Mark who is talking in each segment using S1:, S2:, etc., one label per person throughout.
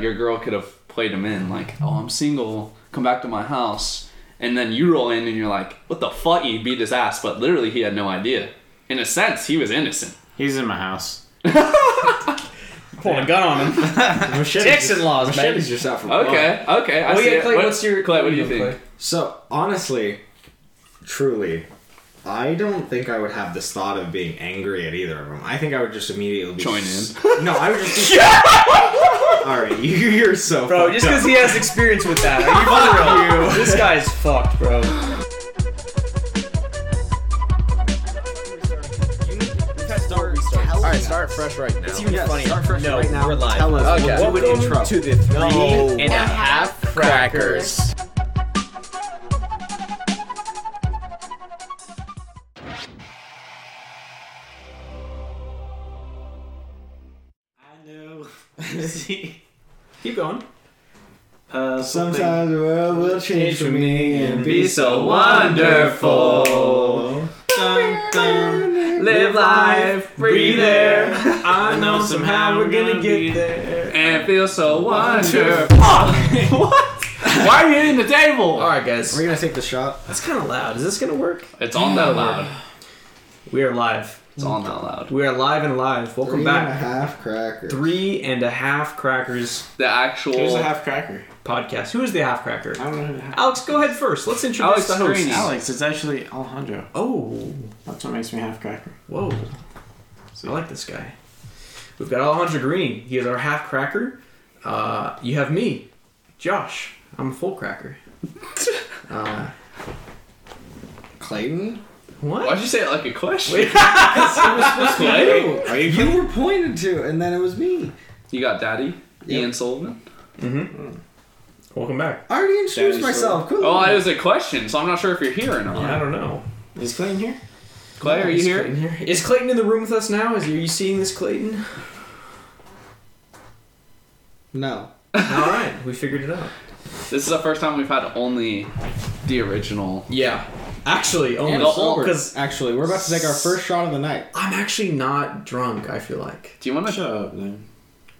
S1: Your girl could have played him in like, "Oh, I'm single. Come back to my house." And then you roll in and you're like, "What the fuck? He beat his ass." But literally, he had no idea. In a sense, he was innocent.
S2: He's in my house.
S3: Pulling a gun on him. Jackson laws, baby.
S2: Machete's yourself from
S1: Okay, okay. I
S3: Oh,
S1: see
S3: yeah,
S1: it.
S3: Clay,
S1: What-
S3: what's your
S1: Clay? What do you
S3: Clay?
S1: think?
S2: So honestly, truly, I don't think I would have this thought of being angry at either of them. I think I would just immediately be
S1: Join
S2: in. No, I would just. Be, All right, you, you're so
S3: Bro,
S2: fucked
S3: just because
S2: up.
S3: he has experience with that, are you for real? This guy's fucked, bro.
S4: All right, start fresh right now.
S3: It's even
S2: Yes,
S3: funny.
S2: start fresh
S3: no,
S2: right now.
S3: we're live.
S2: Tell us
S4: Okay.
S2: what would intro.
S4: to the three
S3: No.
S4: and a half crackers.
S3: I know.
S2: Keep going.
S3: Uh,
S2: Sometimes the world will change for me and be so
S3: wonderful.
S2: wonderful.
S3: Live life,
S2: breathe air. I know somehow we're gonna get
S3: there.
S1: And it feels so wonderful. what? Why are you hitting the table?
S3: All right, guys.
S2: We're gonna take the shot.
S3: That's kind of loud. Is this gonna work?
S1: It's on that loud.
S3: We are live.
S1: It's on that loud.
S3: We are live and live. Welcome back.
S2: half cracker.
S3: Three and a half crackers
S1: The actual.
S5: Who's a half cracker?
S3: podcast. Who is the half cracker?
S5: I don't know. Who the half-
S3: Alex, go ahead first. Let's
S1: Alex
S3: introduce the host.
S1: Green.
S5: Alex, it's actually Alejandro.
S3: Oh,
S5: That's what makes me half cracker.
S3: whoa. I like this guy. We've got Alejandro Green. He is our half cracker. Uh, you have me, Josh. I'm a full cracker. Uh,
S2: Clayton?
S3: what?
S1: Why'd you say it like a question?
S3: Wait.
S1: Clay?
S2: You, you were pointed to, and then it was me.
S1: You got Daddy?
S2: Yep.
S1: Ian Sullivan?
S3: Welcome back.
S2: I already introduced
S5: Daddy
S2: myself. Cool.
S1: Oh, it was a question, so I'm not sure if you're here or not.
S3: I don't know.
S5: Is Clayton here?
S1: Clay, are you
S3: Is
S1: here?
S3: Clayton Oh, here? Is Clayton in the room with us now? Is are you seeing this, Clayton?
S2: no.
S3: All right, we figured it out.
S1: This is the first time we've had only the original.
S3: Yeah, actually, only
S1: And sober.
S3: because
S2: Actually, we're about to take our first shot of the night.
S3: I'm actually not drunk. I feel like
S1: Do you want to?
S5: Shut up, man.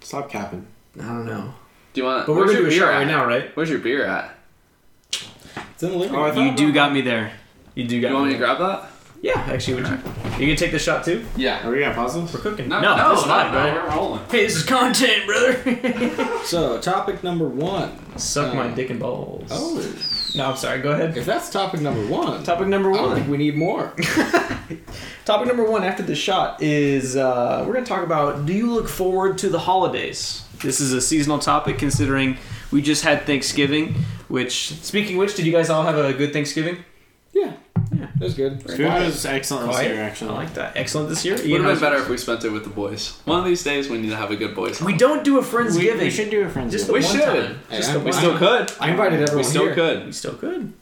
S5: Stop capping.
S3: I don't know.
S1: Do you want?
S3: But we're
S1: where's
S3: gonna do
S1: your beer
S3: a shot
S1: at?
S3: right now, right?
S1: Where's your beer at?
S2: It's in the living
S5: Oh, I
S2: room.
S5: thought
S3: You do got me there. You do got
S1: You want
S3: me.
S1: me to grab that?
S3: there. Yeah, actually, would you? You gonna take the shot too?
S1: Yeah.
S5: Are we gonna pause this?
S3: We're cooking.
S1: No,
S3: no,
S1: no,
S3: it's not,
S1: no,
S3: bro.
S1: We're rolling.
S3: Hey, this is content, brother.
S2: So, topic number one.
S3: Suck my
S2: Um,
S3: dick and balls.
S2: Oh,
S3: No, I'm sorry. Go ahead.
S2: if Oh. that's topic number one,
S3: Topic number
S2: I don't
S3: one.
S2: think we need more.
S3: Topic number one after the shot is uh, we're going to talk about do you look forward to the holidays? This is a seasonal topic considering we just had Thanksgiving, which, speaking of which, did you guys all have a good Thanksgiving?
S2: yeah.
S3: Yeah.
S2: That's good.
S5: Food was excellent this
S3: Quiet.
S5: year,
S3: I
S5: actually.
S3: like that. Excellent this year.
S1: Would
S3: Ian,
S1: have
S3: how's
S1: been better if we spent it with the boys. One of these days, we need to have a good boys.
S3: yours? We don't do a Friendsgiving.
S5: we, we should do a friends. Just
S3: Just the
S1: We
S3: one
S1: should.
S3: time.
S2: Hey,
S3: Just
S2: I'm-
S3: the
S1: We
S3: one
S1: still
S3: time.
S1: could.
S2: I invited everyone
S1: We still
S2: here.
S1: could.
S3: We still could.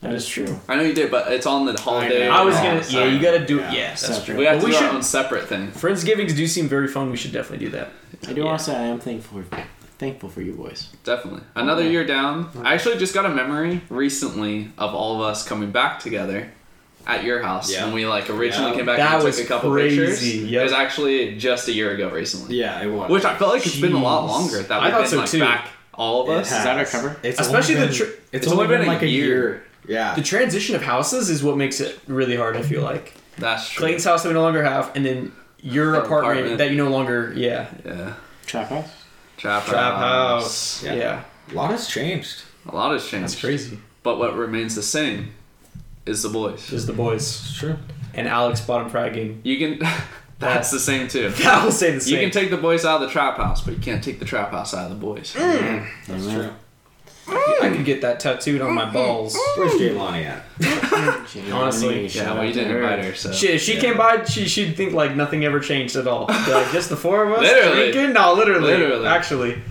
S5: that is true.
S1: I know you did, but it's on the holiday.
S5: know.
S3: I was
S5: Oh,
S3: gonna. Yeah,
S5: sorry.
S3: you gotta do.
S5: Yeah,
S3: Yeah, that's
S5: separate.
S3: true.
S1: We have
S3: But
S1: to
S3: we
S1: do
S3: should.
S1: our own separate thing.
S3: Friendsgivings do seem very fun. We should definitely do that.
S5: I do
S3: Yeah.
S5: want to say I am thankful for thankful for you boys.
S1: Definitely. Another year down. I actually just got a memory recently of all of us coming back together at your house
S2: Yeah.
S1: when we like originally
S2: Yeah.
S1: came back
S3: That
S1: and
S3: was
S1: took a couple
S3: crazy.
S1: pictures.
S3: Yep.
S1: It was actually just a year ago recently.
S2: Yeah, it was.
S1: Which I felt like it's been a lot
S3: Jeez.
S1: longer that
S3: I
S1: we've
S3: thought
S1: been
S3: so,
S1: like
S3: too.
S1: back all of
S2: It
S1: us.
S2: has.
S5: Is that our cover?
S2: It's
S3: Especially
S2: only
S3: the
S2: been-
S3: tr-
S2: it's, only been, like a year. Yeah.
S3: The transition of houses is what makes it really hard. I feel like
S1: That's true.
S3: Clayton's house that we no longer have, and then your
S1: Our
S3: apartment,
S1: apartment.
S3: that you no longer. Yeah,
S1: Yeah.
S5: Trap house.
S1: Trap,
S3: trap
S1: house.
S3: house.
S2: Yeah.
S3: Yeah.
S2: a lot has changed.
S1: A lot has changed.
S3: that's crazy.
S1: But what remains the same is the boys.
S3: Just the boys
S2: It's true.
S3: and Alex bottom fragging.
S1: You can. that's the same too.
S3: I will say the
S1: You can
S3: same.
S1: take the boys out of the trap house, but you can't take the trap house out of the boys.
S2: That's true.
S3: I could get that tattooed on my balls.
S2: Where's Jaylani at?
S3: Honestly,
S1: Yeah, well, you didn't invite her, so.
S3: She, if she came by, she, she'd think like nothing ever changed at all. Like, just the four of us
S1: Literally.
S3: drinking? No, literally.
S1: Literally.
S3: Actually.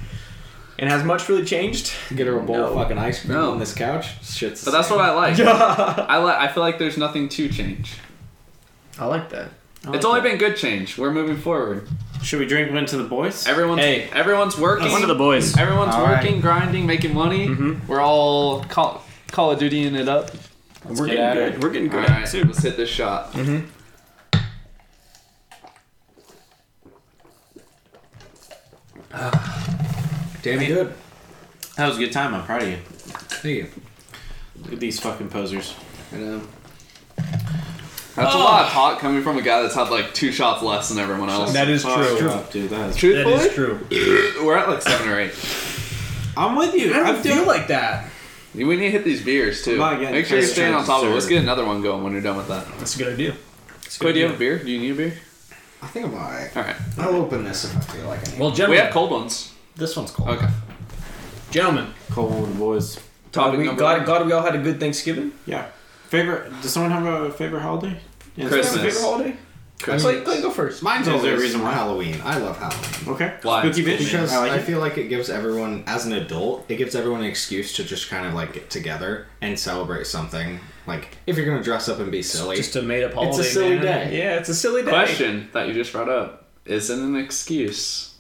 S3: And has much really changed?
S2: Get her a bowl of
S3: No.
S2: fucking ice cream
S1: No.
S2: on this couch. Shit's.
S1: But that's what I like.
S3: I
S1: I li- I feel like there's nothing to change.
S3: like that.
S1: it's only been good change. We're moving forward.
S5: Should we drink one to the boys?
S1: Everyone's
S3: Hey.
S1: everyone's working.
S3: boys.
S1: everyone's
S2: All
S1: working, grinding, making money. We're all call, Call of Dutying it up.
S3: We're
S5: get
S3: getting
S5: at
S3: good.
S5: it.
S3: We're getting
S1: All
S3: good.
S1: right,
S3: too.
S1: let's hit this shot.
S2: Damn good.
S5: That was a good time. I'm proud of you.
S2: Thank you. um,
S5: Look at these fucking posers.
S2: I know.
S1: That's a lot of talk coming from a guy that's had like two shots less than everyone else.
S3: That is
S5: Fuck Oh,
S3: true.
S5: up, dude. That is-
S3: That
S1: Truthfully,
S3: is true.
S1: we're at like seven or eight.
S5: I'm with you.
S3: I
S5: I'm
S3: don't feel
S5: doing.
S3: like that.
S1: We need to hit these beers too.
S5: I'm not getting
S1: Make sure you're
S5: pissed
S1: staying
S5: trying
S1: on
S5: to
S1: top of it.
S5: serve.
S1: Let's get another one going when you're done with that.
S3: That's a good idea.
S1: Quay, do you have a beer? Do you need a beer?
S2: I think I'm alright.
S1: All right.
S2: I'll open this if I feel like I need.
S3: Well,
S1: We
S3: gentlemen,
S1: have cold ones.
S3: this one's cold.
S1: Okay.
S3: Gentlemen,
S5: Cold boys.
S1: Topic
S3: uh, we,
S1: number
S3: glad,
S1: one.
S3: glad we all had a good Thanksgiving.
S5: Yeah. Favorite? Does someone have a favorite holiday? Is there a
S1: Christmas.
S5: favorite holiday?
S3: Clay, Clay, go first.
S2: Mine's
S5: Is
S2: always
S5: there a reason why?
S2: Halloween. I love Halloween.
S5: Okay.
S1: Why?
S5: Spooky bitch.
S2: Because
S5: I like
S2: I
S5: it.
S2: feel like it gives everyone, as an adult, it gives everyone an excuse to just kind of like get together and celebrate something. Like, if you're gonna dress up and be silly,
S3: Just a made up holiday.
S2: It's a silly
S3: man.
S2: day.
S3: Yeah, it's a silly day.
S1: Question that you just brought up isn't an excuse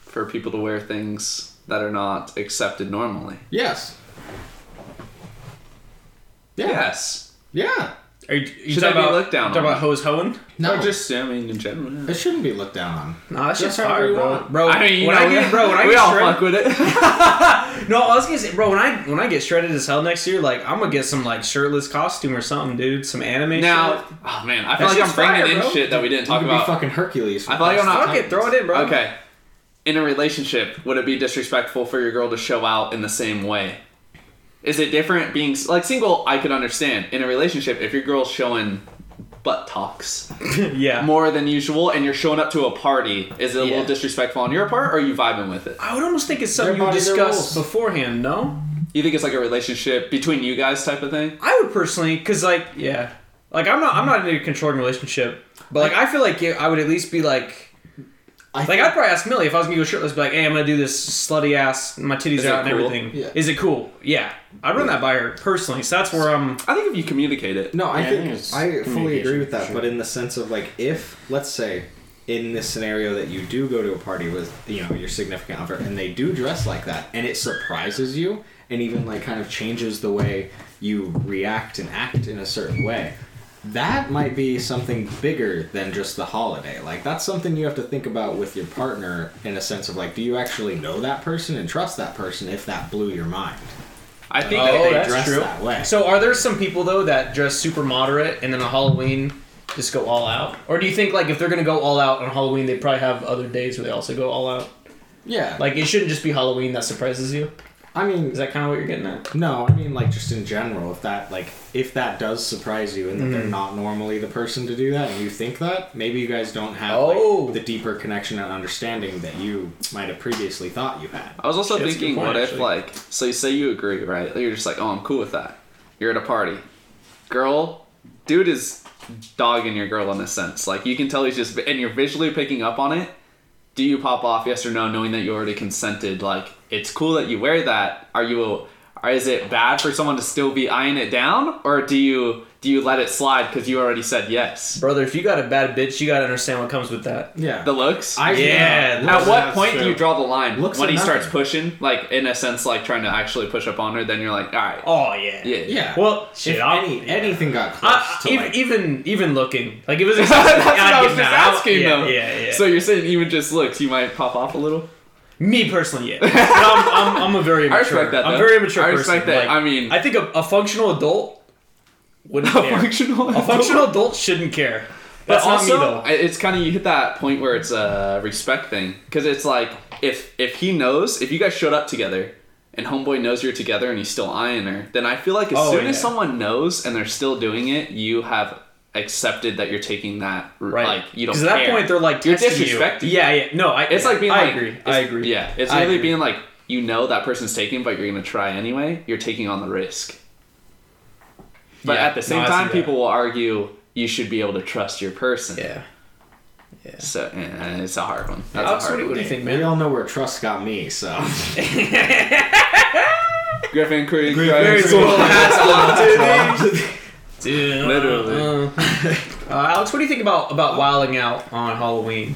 S1: for people to wear things that are not accepted normally.
S2: yes, Yeah.
S1: Yes.
S2: yeah,
S3: Are you, you
S1: Should
S3: talking
S1: I be
S3: about,
S1: looked down
S3: Talking
S1: on?
S3: about hose hoeing?
S2: no,
S1: Or
S2: just
S1: just I mean in general. yeah.
S2: it shouldn't be looked down on.
S3: No, that's
S2: Just
S3: just
S2: however
S3: fire,
S2: you
S3: bro.
S2: want.
S3: Bro,
S1: I mean, you
S3: when
S1: know,
S3: I get, bro, when I
S1: we
S3: get
S1: all
S3: shredded,
S1: fuck with it.
S3: no, I was gonna say, bro, when I when I get shredded as hell next year, like I'm gonna get some like shirtless costume or something, dude, some anime.
S1: now,
S3: shit.
S1: oh man, I
S3: That
S1: feel like I'm
S3: shit's fire,
S1: bringing in
S3: bro.
S1: shit that we didn't talk
S2: you could
S1: about.
S2: be fucking Hercules. from
S1: I feel like I'm
S2: Clash of
S1: not-
S3: fuck it, throw it in, bro.
S1: Okay. In a relationship, would it be disrespectful for your girl to show out in the same way? Is it different being like single? I could understand. In a relationship, if your girl's showing butt talks
S3: yeah.
S1: more than usual and you're showing up to a party, is it a
S3: Yeah.
S1: little disrespectful on your part or are you vibing with it?
S3: I would almost think it's something
S2: Their
S3: you
S2: body, their
S3: discuss
S2: rules.
S3: beforehand. No,
S1: You think it's like a relationship between you guys type of thing?
S3: I would personally, cause like, yeah, like I'm not, I'm not in a controlling relationship, but like I feel like yeah, I would at least be like,
S2: I
S3: like I'd probably ask Millie if I was gonna go shirtless, be like, hey, I'm gonna do this slutty ass, my titties
S1: Is
S3: are
S1: it
S3: out and
S1: cool?
S3: everything.
S2: Yeah.
S3: Is it cool? Yeah, I'd run that by her personally. So that's where I'm.
S1: I think if you communicate it,
S2: No, I
S5: Yeah, I think
S2: think
S5: it's
S2: I fully agree
S5: communication,
S2: with that,
S5: sure.
S2: but in the sense of like if let's say in this scenario that you do go to a party with you know your significant other and they do dress like that and it surprises you and even like kind of changes the way you react and act in a certain way that might be something bigger than just the holiday like that's something you have to think about with your partner in a sense of like do you actually know that person and trust that person if that blew your mind
S1: I think
S3: Oh,
S1: that they
S3: that's
S1: dress
S3: true.
S2: that way
S3: So are there some people though that dress super moderate and then on Halloween just go all out, or do you think like if they're gonna go all out on Halloween, they probably have other days where they also go all out?
S2: yeah like
S3: Like it shouldn't just be Halloween that surprises you.
S2: i mean
S3: Is that kind of what you're getting at?
S2: No, I mean like just in general. If that like if that does surprise you and that they're not normally the person to do that, and you think that maybe you guys don't have like,
S3: Oh.
S2: the deeper connection and understanding that you might have previously thought you had.
S1: I was also
S3: Shit, that's a good
S1: thinking,
S3: point,
S1: what if
S3: actually.
S1: like, so you say you agree, right? You're just like, oh, I'm cool with that. You're at a party, girl, dude is dogging your girl in a sense. Like you can tell he's just, and you're visually picking up on it. Do you pop off, yes or no, knowing that you already consented? Like it's cool that you wear that. Are you? A, or is it bad for someone to still be eyeing it down, or do you do you let it slide because you already said yes?
S3: Brother, if you got a bad bitch, you gotta understand what comes with that.
S2: Yeah.
S1: The looks.
S2: I,
S3: Yeah,
S1: At
S2: Looks,
S1: what
S5: That's
S1: point
S5: true.
S1: do you draw the line?
S2: Looks
S1: when he
S2: or
S1: starts
S2: nothing.
S1: pushing, like in a sense, like trying to actually push up on her, then you're like, all right,
S3: Oh yeah.
S1: yeah,
S2: yeah.
S3: Well, shit.
S2: if
S3: I'll-
S2: any,
S3: yeah.
S2: anything got close
S3: I,
S2: to
S3: even,
S2: like,
S3: even even looking like it was.
S1: That's what I
S3: I'd
S1: was
S3: give
S1: just
S3: that. I'll-
S1: asking
S3: yeah,
S1: though.
S3: Yeah, yeah.
S1: So you're saying even just looks, you might pop off a little.
S3: Me personally, yeah. But I'm, I'm, I'm a very
S1: I
S3: mature.
S1: respect that,
S3: I'm
S1: though.
S3: very immature.
S1: I respect
S3: person.
S1: that.
S3: Like,
S1: I mean-
S3: I think a, a functional adult wouldn't
S1: A
S3: care.
S1: functional.
S3: a functional adult shouldn't care.
S1: But
S3: That's
S1: also,
S3: not me though.
S1: I- it's kind of you hit that point where it's a respect thing because it's like if if he knows if you guys showed up together and homeboy knows you're together and he's still eyeing her, then I feel like as
S3: Oh,
S1: soon
S3: yeah.
S1: as someone knows and they're still doing it, you have accepted that you're taking that r-
S3: Right.
S1: like you don't.
S3: Because at that
S1: care.
S3: point they're like
S1: You're
S3: testing
S1: disrespecting.
S3: You. Yeah, yeah. No, I.
S1: It's like being
S3: I
S1: like,
S3: agree.
S1: it's-
S3: I agree.
S1: Yeah, it's
S3: I
S1: literally
S3: agree.
S1: being like you know that person's taking, but you're gonna try anyway. You're taking on the risk. But
S3: Yeah,
S1: at the
S3: no,
S1: same
S3: I see
S1: time,
S3: that.
S1: people will argue you should be able to trust your person.
S3: Yeah.
S1: So eh, it's a hard one. That's
S3: Alex,
S1: a
S3: what
S1: hard
S3: do you-
S1: one.
S3: what do you think,
S2: we
S3: man?
S2: all know where trust got me. So
S1: Griffin Creek.
S3: Very
S1: Griffin
S3: cool. Hats off to Dude,
S1: Literally.
S3: Uh, Alex, what do you think about about wilding out on Halloween?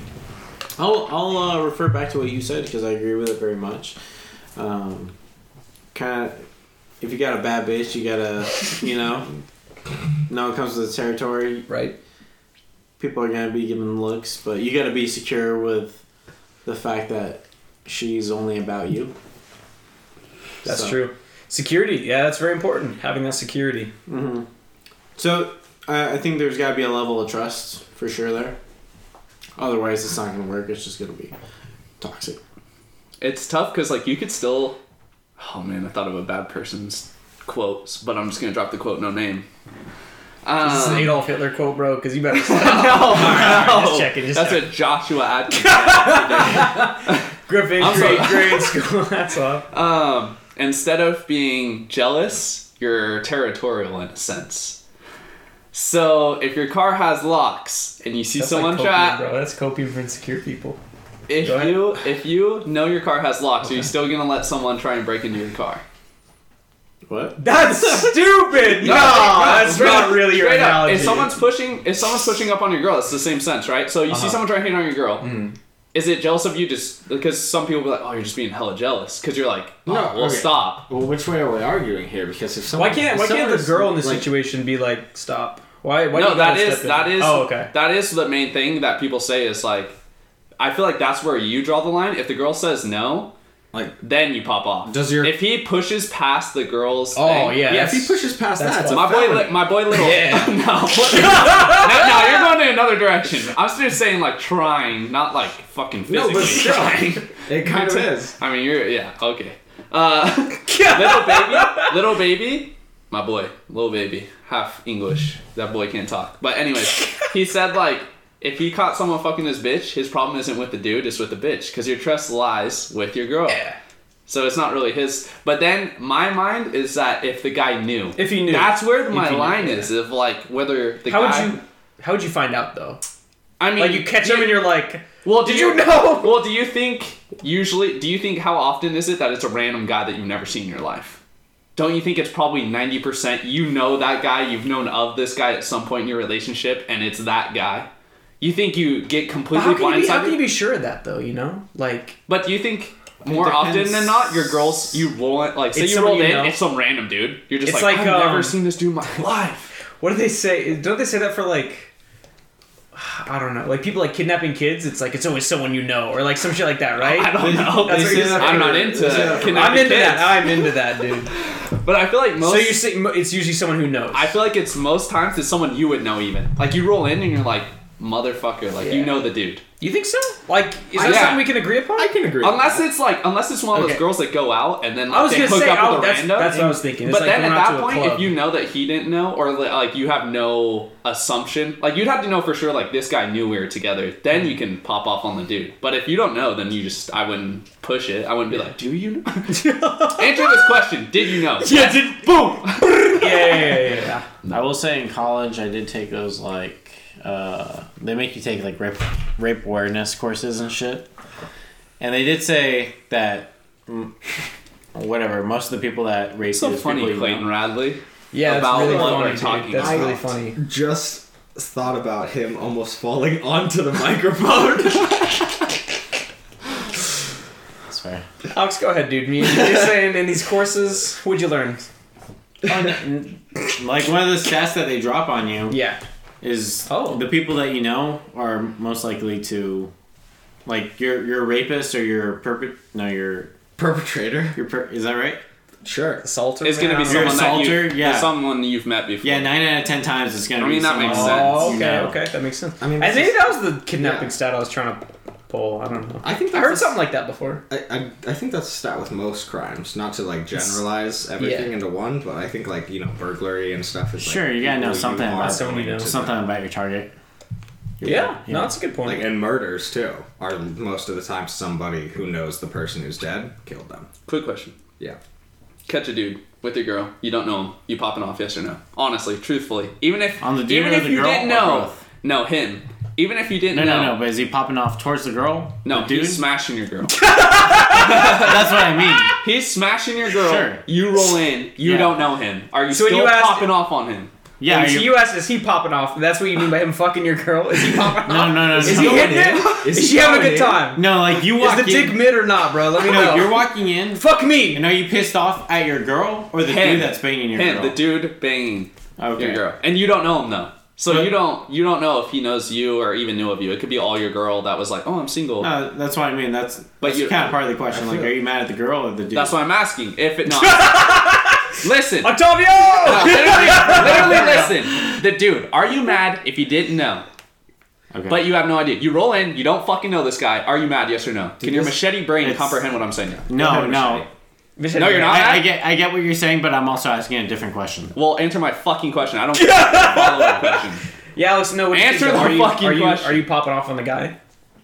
S5: I'll, I'll uh, refer back to what you said because I agree with it very much. Um, kind of, if you got a bad bitch, you gotta, you know, no it comes with the territory.
S3: Right.
S5: People are gonna be giving looks, but you gotta be secure with the fact that she's only about you.
S3: That's
S5: So-
S3: true. Security, yeah, that's very important. Having that security.
S5: So I, I think there's got to be a level of trust for sure there. Otherwise, it's not going to work. It's just going to be toxic.
S1: It's tough because like you could still. Oh man, I thought of a bad person's quotes, but I'm just gonna drop the quote, no name.
S3: This is an
S1: Um,
S3: Adolf Hitler quote, bro, because you better.
S1: no,
S3: just checking, just
S1: That's
S3: checking.
S1: a Joshua Atkins. quote.
S3: Griffin,
S1: I'm
S3: great
S1: sorry.
S3: grade school. That's all.
S1: um, instead of being jealous, you're territorial in a sense. So if your car has locks and you see
S3: That's
S1: someone
S3: like coping,
S1: try,
S3: bro. That's coping for insecure people.
S1: if
S3: Go ahead.
S1: you if you know your car has locks, are you still gonna let someone try and break into your car?
S5: What?
S3: That's stupid. No, that's
S1: straight
S3: not
S1: up-
S3: really your
S1: straight up,
S3: analogy.
S1: If someone's pushing, if someone's pushing up on your girl, it's the same sense, right? So you
S3: Uh-huh.
S1: see someone trying to hit on your girl.
S3: Mm-hmm.
S1: Is it jealous of you? Just because some people be like, "Oh, you're just being hella jealous," because you're like, "Oh,
S2: No,
S1: well,
S2: okay.
S1: stop."
S2: Well, which way are we arguing here? Because if someone
S3: why can't why
S2: if
S3: can't
S2: someone
S3: the
S2: is,
S3: girl in this
S2: like,
S3: situation be like, stop? Why? why do
S1: no,
S3: you
S1: that
S3: gotta
S1: is
S3: step in?
S1: that is
S3: Oh, okay.
S1: that is the main thing that people say is like, I feel like that's where you draw the line. If the girl says no,
S2: Like,
S1: then you pop off.
S2: Does your-
S1: if he pushes past the girl's?
S3: Oh,
S1: thing-
S3: yeah,
S2: yeah, if
S3: that's-
S2: he pushes past
S3: that's
S2: that, it's a
S1: My boy,
S2: felony.
S1: li- my boy, little.
S3: Yeah.
S1: no, what- no, no, you're going in another direction. I'm just saying, like trying, not like fucking
S2: No,
S1: physically
S2: but still.
S1: trying.
S2: it kind of is.
S1: I mean, you're yeah, okay. Uh, little baby, little baby, my boy, little baby, half English. That boy can't talk. But anyways, he said like. If he caught someone fucking his bitch, his problem isn't with the dude, it's with the bitch. Because your trust lies with your girl.
S3: Yeah.
S1: So it's not really his. But then my mind is that if the guy knew,
S3: If he knew.
S1: that's where my
S3: he knew,
S1: line
S3: yeah.
S1: is of like whether the
S3: How
S1: guy.
S3: would you? How would you find out though?
S1: I mean,
S3: Like you catch him and you're like,
S1: Well,
S3: did you know?
S1: Well, do you think usually? Do you think how often is it that it's a random guy that you've never seen in your life? Don't you think it's probably ninety percent? You know that guy. You've known of this guy at some point in your relationship, and it's that guy. You think you get completely
S3: How can, you be,
S1: blindsided?
S3: how can you be sure of that though? You know, like
S1: But do you think more often
S2: depends.
S1: than not, your girls you roll it like say
S3: It's
S1: you
S3: someone
S1: roll
S3: you
S1: in,
S3: know.
S1: it's some random dude. You're just
S3: It's
S1: like,
S3: like,
S1: I've
S3: um,
S1: never seen this dude in my life.
S3: what do they say? Don't they say that for like? I don't know. Like people like kidnapping kids. It's like it's always someone you know, or like some shit like that, right?
S1: I don't know.
S3: That's what you're saying.
S1: I'm not into
S5: That's what-
S1: kidnapping
S3: I'm into
S1: kids.
S3: that. I'm into that, dude.
S1: But I feel like most.
S3: so you're saying it's usually someone who knows.
S1: I feel like it's most times it's someone you would know even. Like you roll in and you're like, motherfucker, like
S3: Yeah.
S1: you know the dude.
S3: you think so? Like, is that
S1: Yeah.
S3: something we can agree upon?
S2: I can agree.
S1: Unless it's like, unless it's one of those
S3: Okay.
S1: girls that go out and then like,
S3: I was
S1: they
S3: gonna
S1: hook
S3: say,
S1: up with
S3: oh,
S1: a
S3: that's-
S1: rando.
S3: that's what I was thinking. It's
S1: but
S3: like
S1: then at
S3: going out to
S1: that
S3: a
S1: point,
S3: club.
S1: if you know that he didn't know, or li- like you have no assumption, like you'd have to know for sure, like this guy knew we were together. Then you can pop off on the dude. But if you don't know, then you just, I wouldn't push it. I wouldn't be like, do you know? Answer this question. Did you know?
S3: yeah, did boom. yeah, yeah, yeah, yeah.
S5: I will say in college, I did take those like uh, they make you take like rape rape awareness courses and shit, and they did say that mm, whatever most of the people that rape
S1: It's so
S5: you is
S1: funny,
S5: people you
S1: Clayton
S5: know.
S1: Radley.
S3: Yeah,
S1: About
S3: that's really
S1: what we're
S3: funny.
S1: talking
S3: dude. That's
S1: about.
S3: really funny.
S2: just thought about him almost falling onto the microphone.
S5: That's fair.
S3: Alex, go ahead, dude. Me, you're saying in these courses, what'd you learn? Um,
S5: like one of the stats that they drop on you
S3: Yeah.
S5: is
S3: Oh.
S5: the people that you know are most likely to like your your rapist or your perpet no your
S2: Perpetrator.
S5: your per- is that right
S2: Sure.
S3: Salter.
S1: It's gonna
S5: You're
S1: be
S5: a
S1: someone that you,
S5: soldier? Yeah.
S1: someone you've met before.
S5: yeah nine out of ten times it's gonna
S1: I mean,
S5: be
S1: that
S5: someone
S1: makes
S5: else,
S1: sense.
S3: Oh, okay,
S5: you know.
S3: okay, that makes sense. I
S2: I
S3: mean,
S2: mean,
S3: I
S2: this
S3: think
S2: is-
S3: that was the kidnapping
S2: yeah.
S3: stat I was trying to pull. I don't know.
S2: I think
S3: I
S2: that's
S3: heard
S2: a-
S3: something like that before.
S2: I, I, I think that's a stat with most crimes, not to like generalize everything
S3: yeah.
S2: into one, but I think like, you know, burglary and stuff is like,
S5: Sure, you gotta know
S2: people
S5: something
S2: are
S5: about
S3: someone you
S2: going
S3: know.
S2: to
S5: something
S2: the-
S5: about your target
S3: Yeah,
S5: yeah.
S3: no, that's a good point.
S2: Like, and murders too are most of the time somebody who knows the person who's dead killed them.
S1: Quick question.
S2: Yeah.
S1: Catch a dude with your girl. You don't know him. You popping off, yes or no? Honestly, truthfully. Even if
S5: On the dude
S1: even
S5: or
S1: if
S5: the
S1: you
S5: girl
S1: didn't
S5: or
S1: know
S5: both?
S1: No, him. Even if you didn't
S5: no,
S1: know
S5: no, no. But is he popping off towards the girl?
S1: No,
S5: the dude.
S1: he's smashing your girl.
S5: That's what I mean.
S1: he's smashing your girl.
S5: Sure.
S1: You roll in. You
S5: Yeah.
S1: don't know him. Are you
S3: So when
S1: still
S3: you asked-
S1: popping off on him?
S5: Yeah.
S3: And
S5: are
S3: so
S5: you-
S3: you asked, is he popping off? That's what you mean by him fucking your girl? Is he popping
S5: no,
S3: off?
S5: no, no, no.
S3: Is he hitting it? Is,
S2: Is he
S3: she having a
S2: going
S3: good
S2: in?
S3: time?
S5: no, like you
S3: Is
S5: walk
S3: the
S5: in.
S3: dick mid or not, bro? Let me
S5: no,
S3: know.
S5: you're walking in.
S3: Fuck me.
S5: And are you pissed off at your girl or the
S1: Him.
S5: dude that's banging your
S1: him,
S5: girl?
S1: the dude banging
S5: Okay.
S1: your girl. And you don't know him though. So you don't you don't know if he knows you or even knew of you. It could be all your girl that was like, "Oh, I'm single."
S5: No, Uh, that's what I mean. That's
S1: But
S5: that's
S1: you-
S5: kind of part of the question.
S2: I
S5: Like,
S2: feel-
S5: are you mad at the girl or the dude?
S1: That's why I'm asking. If it not, listen, no,
S3: Octavio!
S1: literally, literally listen. The dude, are you mad if you didn't know?
S5: Okay.
S1: But you have no idea. You roll in, you don't fucking know this guy. Are you mad? Yes or no? Can your
S2: this-
S1: machete brain
S5: it's-
S1: comprehend what I'm saying?
S5: no, no.
S1: No, you're not.
S5: I, I
S1: mad?
S5: get I get what you're saying, but I'm also asking a different question.
S1: Well, answer my fucking question. I don't care about the follow-up question.
S3: Yeah, Alex, no. What do you
S1: Answer
S3: think, though?
S1: the
S3: are you,
S1: fucking
S3: are you,
S1: question.
S3: Are you popping off on the guy?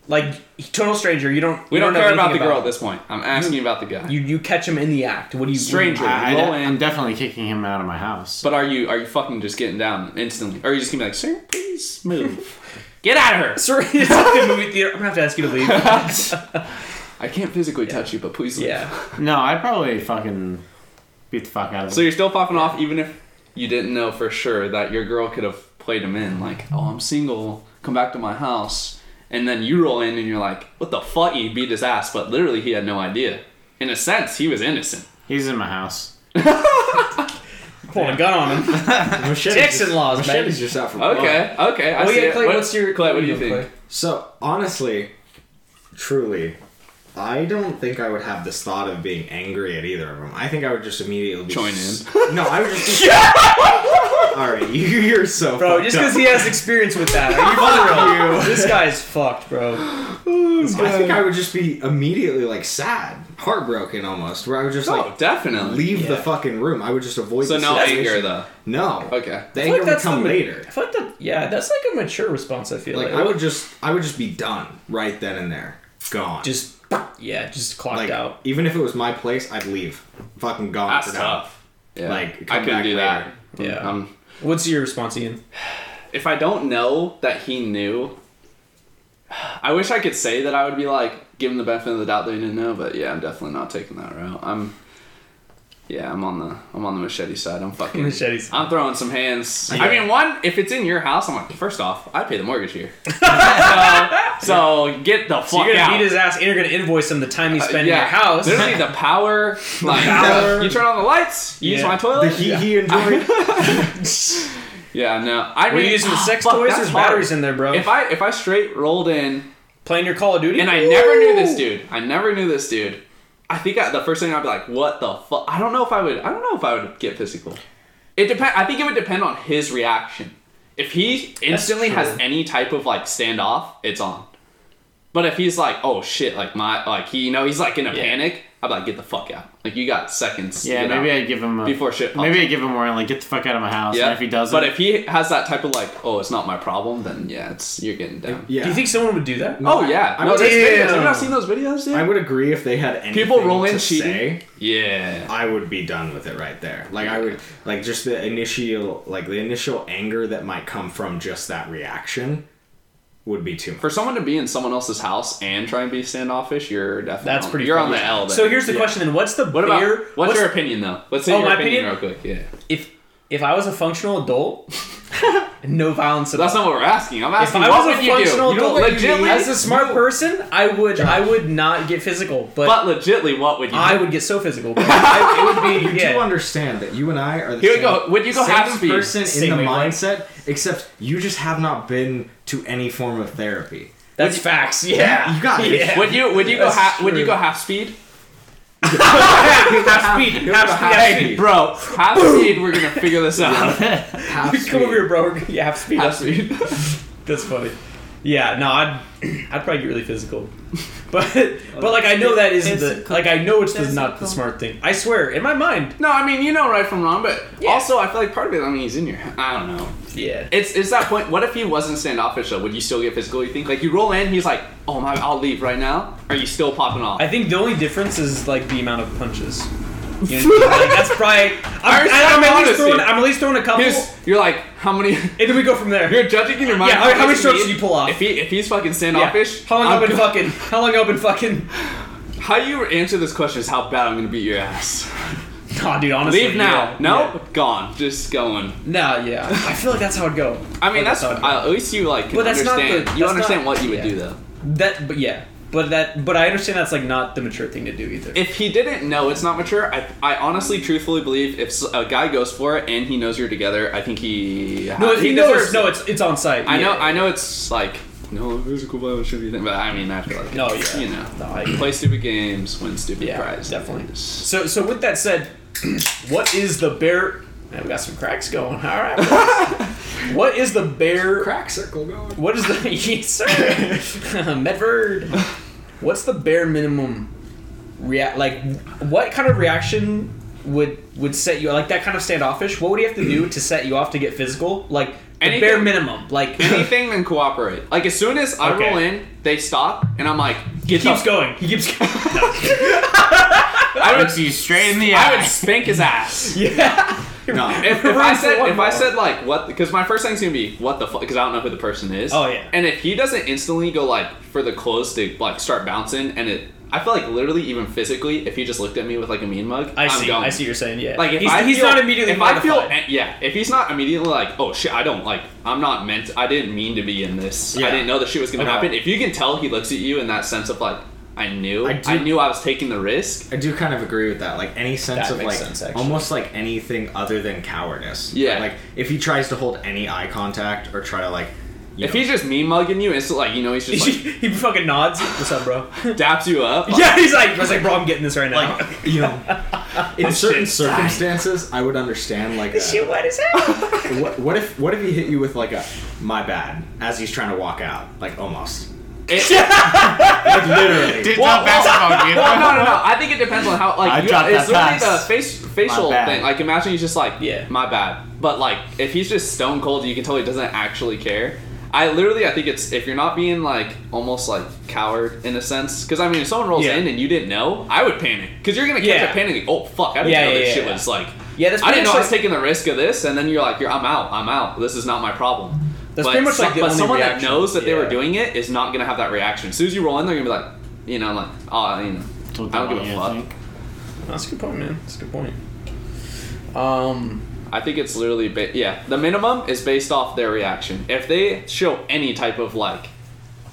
S3: Like total stranger. You don't.
S1: We
S3: you
S1: don't,
S3: know
S1: care
S3: anything
S1: about the girl at
S3: him.
S1: this point. I'm asking about the guy.
S3: You you catch him in the act. What do you?
S1: Stranger.
S5: I,
S1: Roll in.
S5: am definitely kicking him out of my house.
S1: but are you are you fucking just getting down instantly? Or are you just gonna be like, sir, please move. Get out of her.
S3: Sorry, it's like the movie theater. I'm gonna have to ask you to leave.
S1: I can't physically touch you, but please leave.
S3: yeah.
S5: no, I'd probably fucking beat the fuck out of
S1: So
S5: him.
S1: you're still popping off even if you didn't know for sure that your girl could have played him in, like, oh I'm single, come back to my house and then you roll in and you're like, What the fuck? You beat his ass, but literally he had no idea. In a sense, he was innocent.
S5: He's in my house.
S3: Pulling a gun on him. Dixon
S2: Machete's
S3: laws,
S2: just, machete's
S3: baby.
S2: just out for
S1: Okay, okay. I
S3: Oh
S1: see
S3: yeah,
S1: it.
S3: Clay.
S1: What-
S3: What's your
S1: Clay, what do you think?
S2: So honestly, truly, I don't think I would have this thought of being angry at either of them. I think I would just immediately be
S1: Join
S2: in. No, I would just. Be, All right, you, you're so
S3: Bro,
S2: fucked
S3: just
S2: up.
S3: because he has experience with that, are you for real? This guy's fucked, bro.
S2: I think I would just be immediately like sad, heartbroken almost, where I would just
S1: Oh,
S2: like
S1: definitely.
S2: leave the
S3: yeah.
S2: fucking room. I would just avoid.
S1: So
S2: the
S1: no
S2: situation.
S1: anger though.
S2: No.
S1: Okay.
S2: The
S3: I feel
S2: anger
S3: like
S2: would
S3: that's the
S2: come
S3: ma-
S2: later.
S3: I feel like that. Yeah, that's like a mature response. I feel
S2: Like
S3: like,
S2: I would just, I would just be done right then and there, gone.
S3: just yeah, just clocked
S2: like
S3: out.
S2: even if it was my place, I'd leave, fucking gone
S1: That's
S2: for now.
S1: tough. Yeah.
S2: Like,
S1: I
S2: come
S1: couldn't
S2: back
S1: do that.
S3: later. Yeah.
S1: Um,
S3: What's your response, Ian?
S1: if I don't know that he knew, I wish I could say that I would be like, give him the benefit of the doubt that he didn't know, but yeah, I'm definitely not taking that route. I'm yeah, I'm on the I'm on the machete side. I'm fucking
S3: Machete side.
S1: I'm throwing some hands.
S2: Yeah.
S1: I mean, one, if it's in your house, I'm like, first off, I pay the mortgage here. so, so get the fuck
S3: So you're gonna
S1: out.
S3: beat his ass, and you're gonna invoice him the time
S2: Uh,
S3: he spent
S1: yeah,
S3: in your house.
S1: Literally the power. Like
S2: power.
S1: you turn on the lights, you use
S3: Yeah.
S1: my toilet.
S2: The heat he enjoyed.
S1: Yeah, no. I
S3: Were
S1: mean, ah,
S3: you using the sex
S1: fuck,
S3: toys?
S1: that's
S3: There's
S1: hard.
S3: batteries in there, bro.
S1: If I if I straight rolled in
S3: Playing your Call of Duty,
S1: and I never knew this dude, I never knew this dude. I think I, the first thing I'd be like, "What the fuck?" I don't know if I would. I don't know if I would get physical. It depend. I think it would depend on his reaction. If he instantly has
S3: true.
S1: any type of like standoff, it's on. But if he's like, "Oh shit!" Like my like he you know he's like in a
S3: Yeah.
S1: panic. I'd be like, "Get the fuck out!" Like you got seconds. to
S5: Yeah,
S1: get
S5: maybe
S1: out.
S5: I give him a,
S1: Before shit pops
S5: Maybe I give him more like get the fuck out of my house.
S1: Yeah,
S5: And if he doesn't,
S1: But if he has that type of like, "Oh, it's not my problem," then yeah, it's you're getting down.
S2: Yeah.
S3: Do you think someone would do that?
S1: Oh yeah.
S2: I
S1: No,
S2: would-
S1: there's videos.
S3: Damn.
S1: Have you not seen those videos, dude?
S2: I would agree if they had anything
S1: People roll in
S2: to
S1: cheating.
S2: say.
S1: yeah.
S2: I would be done with it right there. Like I would like just the initial like the initial anger that might come from just that reaction would be too much.
S1: For someone to be in someone else's house and try and be standoffish, you're definitely
S3: That's pretty.
S1: You're on
S3: funny.
S1: the L. There.
S3: So here's the
S2: Yeah.
S3: question: Then what's the
S1: what about
S3: bare?
S1: what's, your opinion though? Let's say
S3: Oh,
S1: your
S3: my
S1: opinion,
S3: opinion?
S1: real quick. Yeah.
S3: if if I was a functional adult, no violence at
S1: That's
S3: all.
S1: not what we're asking. I'm
S3: if
S1: asking
S3: I
S1: what
S3: was a
S1: would you do?
S3: functional
S1: You know,
S3: adult,
S1: legitly,
S3: as a smart person, I would I would not get physical, but,
S1: but legitly, what would you?
S3: I
S1: do?
S3: would get so physical. But I, it would
S2: You
S3: be yeah.
S2: do understand that you and I are the
S1: Here we
S2: same,
S1: go. Would you go
S2: same
S1: half speed?
S2: person
S3: Same
S2: in the
S3: wavelength.
S2: mindset, except you just have not been to any form of therapy.
S3: That's facts. Yeah,
S2: You got it.
S1: Would you? Would you go
S3: That's
S1: half? Would you
S3: true.
S1: go half speed?
S3: half speed, half speed, half
S1: Hey,
S3: speed.
S1: bro, half speed. We're gonna figure this out.
S2: Half
S3: Come over
S2: speed.
S3: here, bro. We're gonna- Yeah, half speed.
S1: half speed.
S3: That's funny. Yeah, no, I'd I'd probably get really physical, but but like I know that isn't the like I know it's the, not the smart thing. I swear in my mind.
S1: No, I mean you know right from wrong, but also I feel like part of it. I mean he's in your. I don't know.
S3: Yeah.
S1: It's it's that point. What if he wasn't standoffish though? Would you still get physical? You think like you roll in, he's like, oh my, I'll leave right now. Are you still popping off?
S3: I think the only difference is like the amount of punches. You know, like, that's probably. I'm, I'm, at least throwing, I'm at least thring a couple,
S1: Here's- you're like, how many?
S3: and then we go from there.
S1: You're judging in your mind.
S3: Yeah, how- how many
S1: much
S3: strokes
S1: he-
S3: did you pull off?
S1: If he if he's fucking
S3: Yeah.
S1: standoffish,
S3: How long
S1: I'm
S3: I've been
S1: go-
S3: fucking? How long I've been fucking?
S1: How you answer this question is how bad I'm gonna beat your ass.
S3: Aw, dude, honestly.
S1: Leave now.
S3: yeah,
S1: No, gone. Just going.
S3: yeah. Nah, yeah. I feel like that's how it go.
S1: I mean,
S3: Like,
S1: that's
S3: how it'd go.
S1: uh, at least you like can
S3: But that's not the-
S1: understand. you
S3: that's
S1: understand
S3: not-
S1: what you would
S3: yeah.
S1: do though.
S3: that. But yeah, But that, but I understand that's like not the mature thing to do either.
S1: If he didn't know it's not mature, I, I honestly, truthfully believe if s- a guy goes for it and he knows you're together, I think he
S3: no,
S1: Uh, he
S3: he knows.
S1: deserves
S3: No,
S1: it.
S3: it's it's on site.
S1: I know
S3: Yeah.
S1: I know it's like no physical violence should be a thing, but I mean I feel like
S3: No,
S1: it's,
S3: yeah.
S1: you know
S3: No, I-
S1: play stupid games, win stupid
S3: Yeah,
S1: prizes.
S3: definitely.
S1: It's-
S3: So, so with that said, what is the bear? Man, we got some cracks going. All right. what is the bear?
S2: Crack circle going.
S3: What is the yes, sir? Medford? What's the bare minimum react? Like, what kind of reaction would would set you like that kind of standoffish? What would you have to do to set you off to get physical? Like the bare
S1: Anything-
S3: minimum. Like
S1: Anything then cooperate. Like as soon as I
S3: Okay.
S1: roll in, they stop and I'm like,
S3: he
S1: get
S3: keeps
S1: the-
S3: going. He keeps going.
S1: I would,
S6: Looks you straight in the
S1: I would
S6: eye.
S1: spank his ass.
S2: No.
S3: yeah.
S1: If, if I
S3: Room for
S1: said
S3: one
S1: if I
S3: more.
S1: said like what because my first thing's gonna be what the fuck because I don't know who the person is.
S3: Oh, yeah.
S1: And if he doesn't instantly go like for the clothes to like start bouncing and it, I feel like literally even physically if he just looked at me with like a mean mug,
S3: I
S1: am
S3: see.
S1: Going.
S3: I see. What you're saying yeah.
S1: Like if
S3: he's,
S1: I
S3: he's
S1: feel-
S3: not immediately.
S1: if I feel
S3: modified.
S1: yeah if he's not immediately like oh shit I don't like I'm not meant I didn't mean to be in this I
S3: Yeah.
S1: didn't know that shit was gonna
S3: Okay.
S1: happen if you can tell he looks at you in that sense of like I knew
S2: I
S1: I,
S2: do-
S1: knew I was taking the risk
S2: I do kind of agree with that. Like any sense
S3: That
S2: of
S3: makes
S2: like
S3: sense, actually.
S2: almost like anything other than cowardice.
S1: Yeah.
S2: Like if he tries to hold any eye contact or try to like you
S1: if
S2: know,
S1: he's just me mugging you it's like you know he's just
S3: he,
S1: like
S3: he fucking nods. What's up, bro?
S1: daps you up
S3: yeah, he's like, I was like, bro, I'm getting this right now.
S2: like you know in certain
S3: shit's dying.
S2: circumstances I would understand like a-
S3: what is happening?
S2: what, what if what if he hit you with like a my bad as he's trying to walk out like almost
S1: It-
S2: like literally
S6: Did drop basketball game.
S1: well, no no no I think it depends on how like
S6: I
S1: you,
S6: dropped
S1: it's
S6: that
S1: literally
S6: pass.
S1: the face facial
S6: My bad.
S1: thing like imagine he's just like
S3: Yeah.
S1: my bad but like if he's just stone cold you can tell he doesn't actually care. I literally, I think it's if you're not being like almost like coward in a sense, because I mean, if someone rolls
S3: Yeah.
S1: in and you didn't know, I would panic because you're gonna catch
S3: Yeah.
S1: a panic. Oh fuck, I didn't
S3: Yeah,
S1: know
S3: yeah,
S1: this
S3: yeah,
S1: shit
S3: yeah.
S1: was like.
S3: Yeah, that's
S1: I
S3: pretty
S1: didn't know
S3: much
S1: I was
S3: like-
S1: taking the risk of this, and then you're like, you're, I'm out, I'm out. This is not my problem.
S3: That's
S1: but
S3: pretty much like the
S1: but
S3: only
S1: someone
S3: reaction.
S1: that knows that they were
S3: Yeah.
S1: doing it is not gonna have that reaction. As soon as you roll in, they're gonna be like, you know, like, oh, you know, I don't give a fuck.
S3: That's a good point, man. That's a good point. Um,
S1: I think it's literally, ba- yeah. The minimum is based off their reaction. If they show any type of like,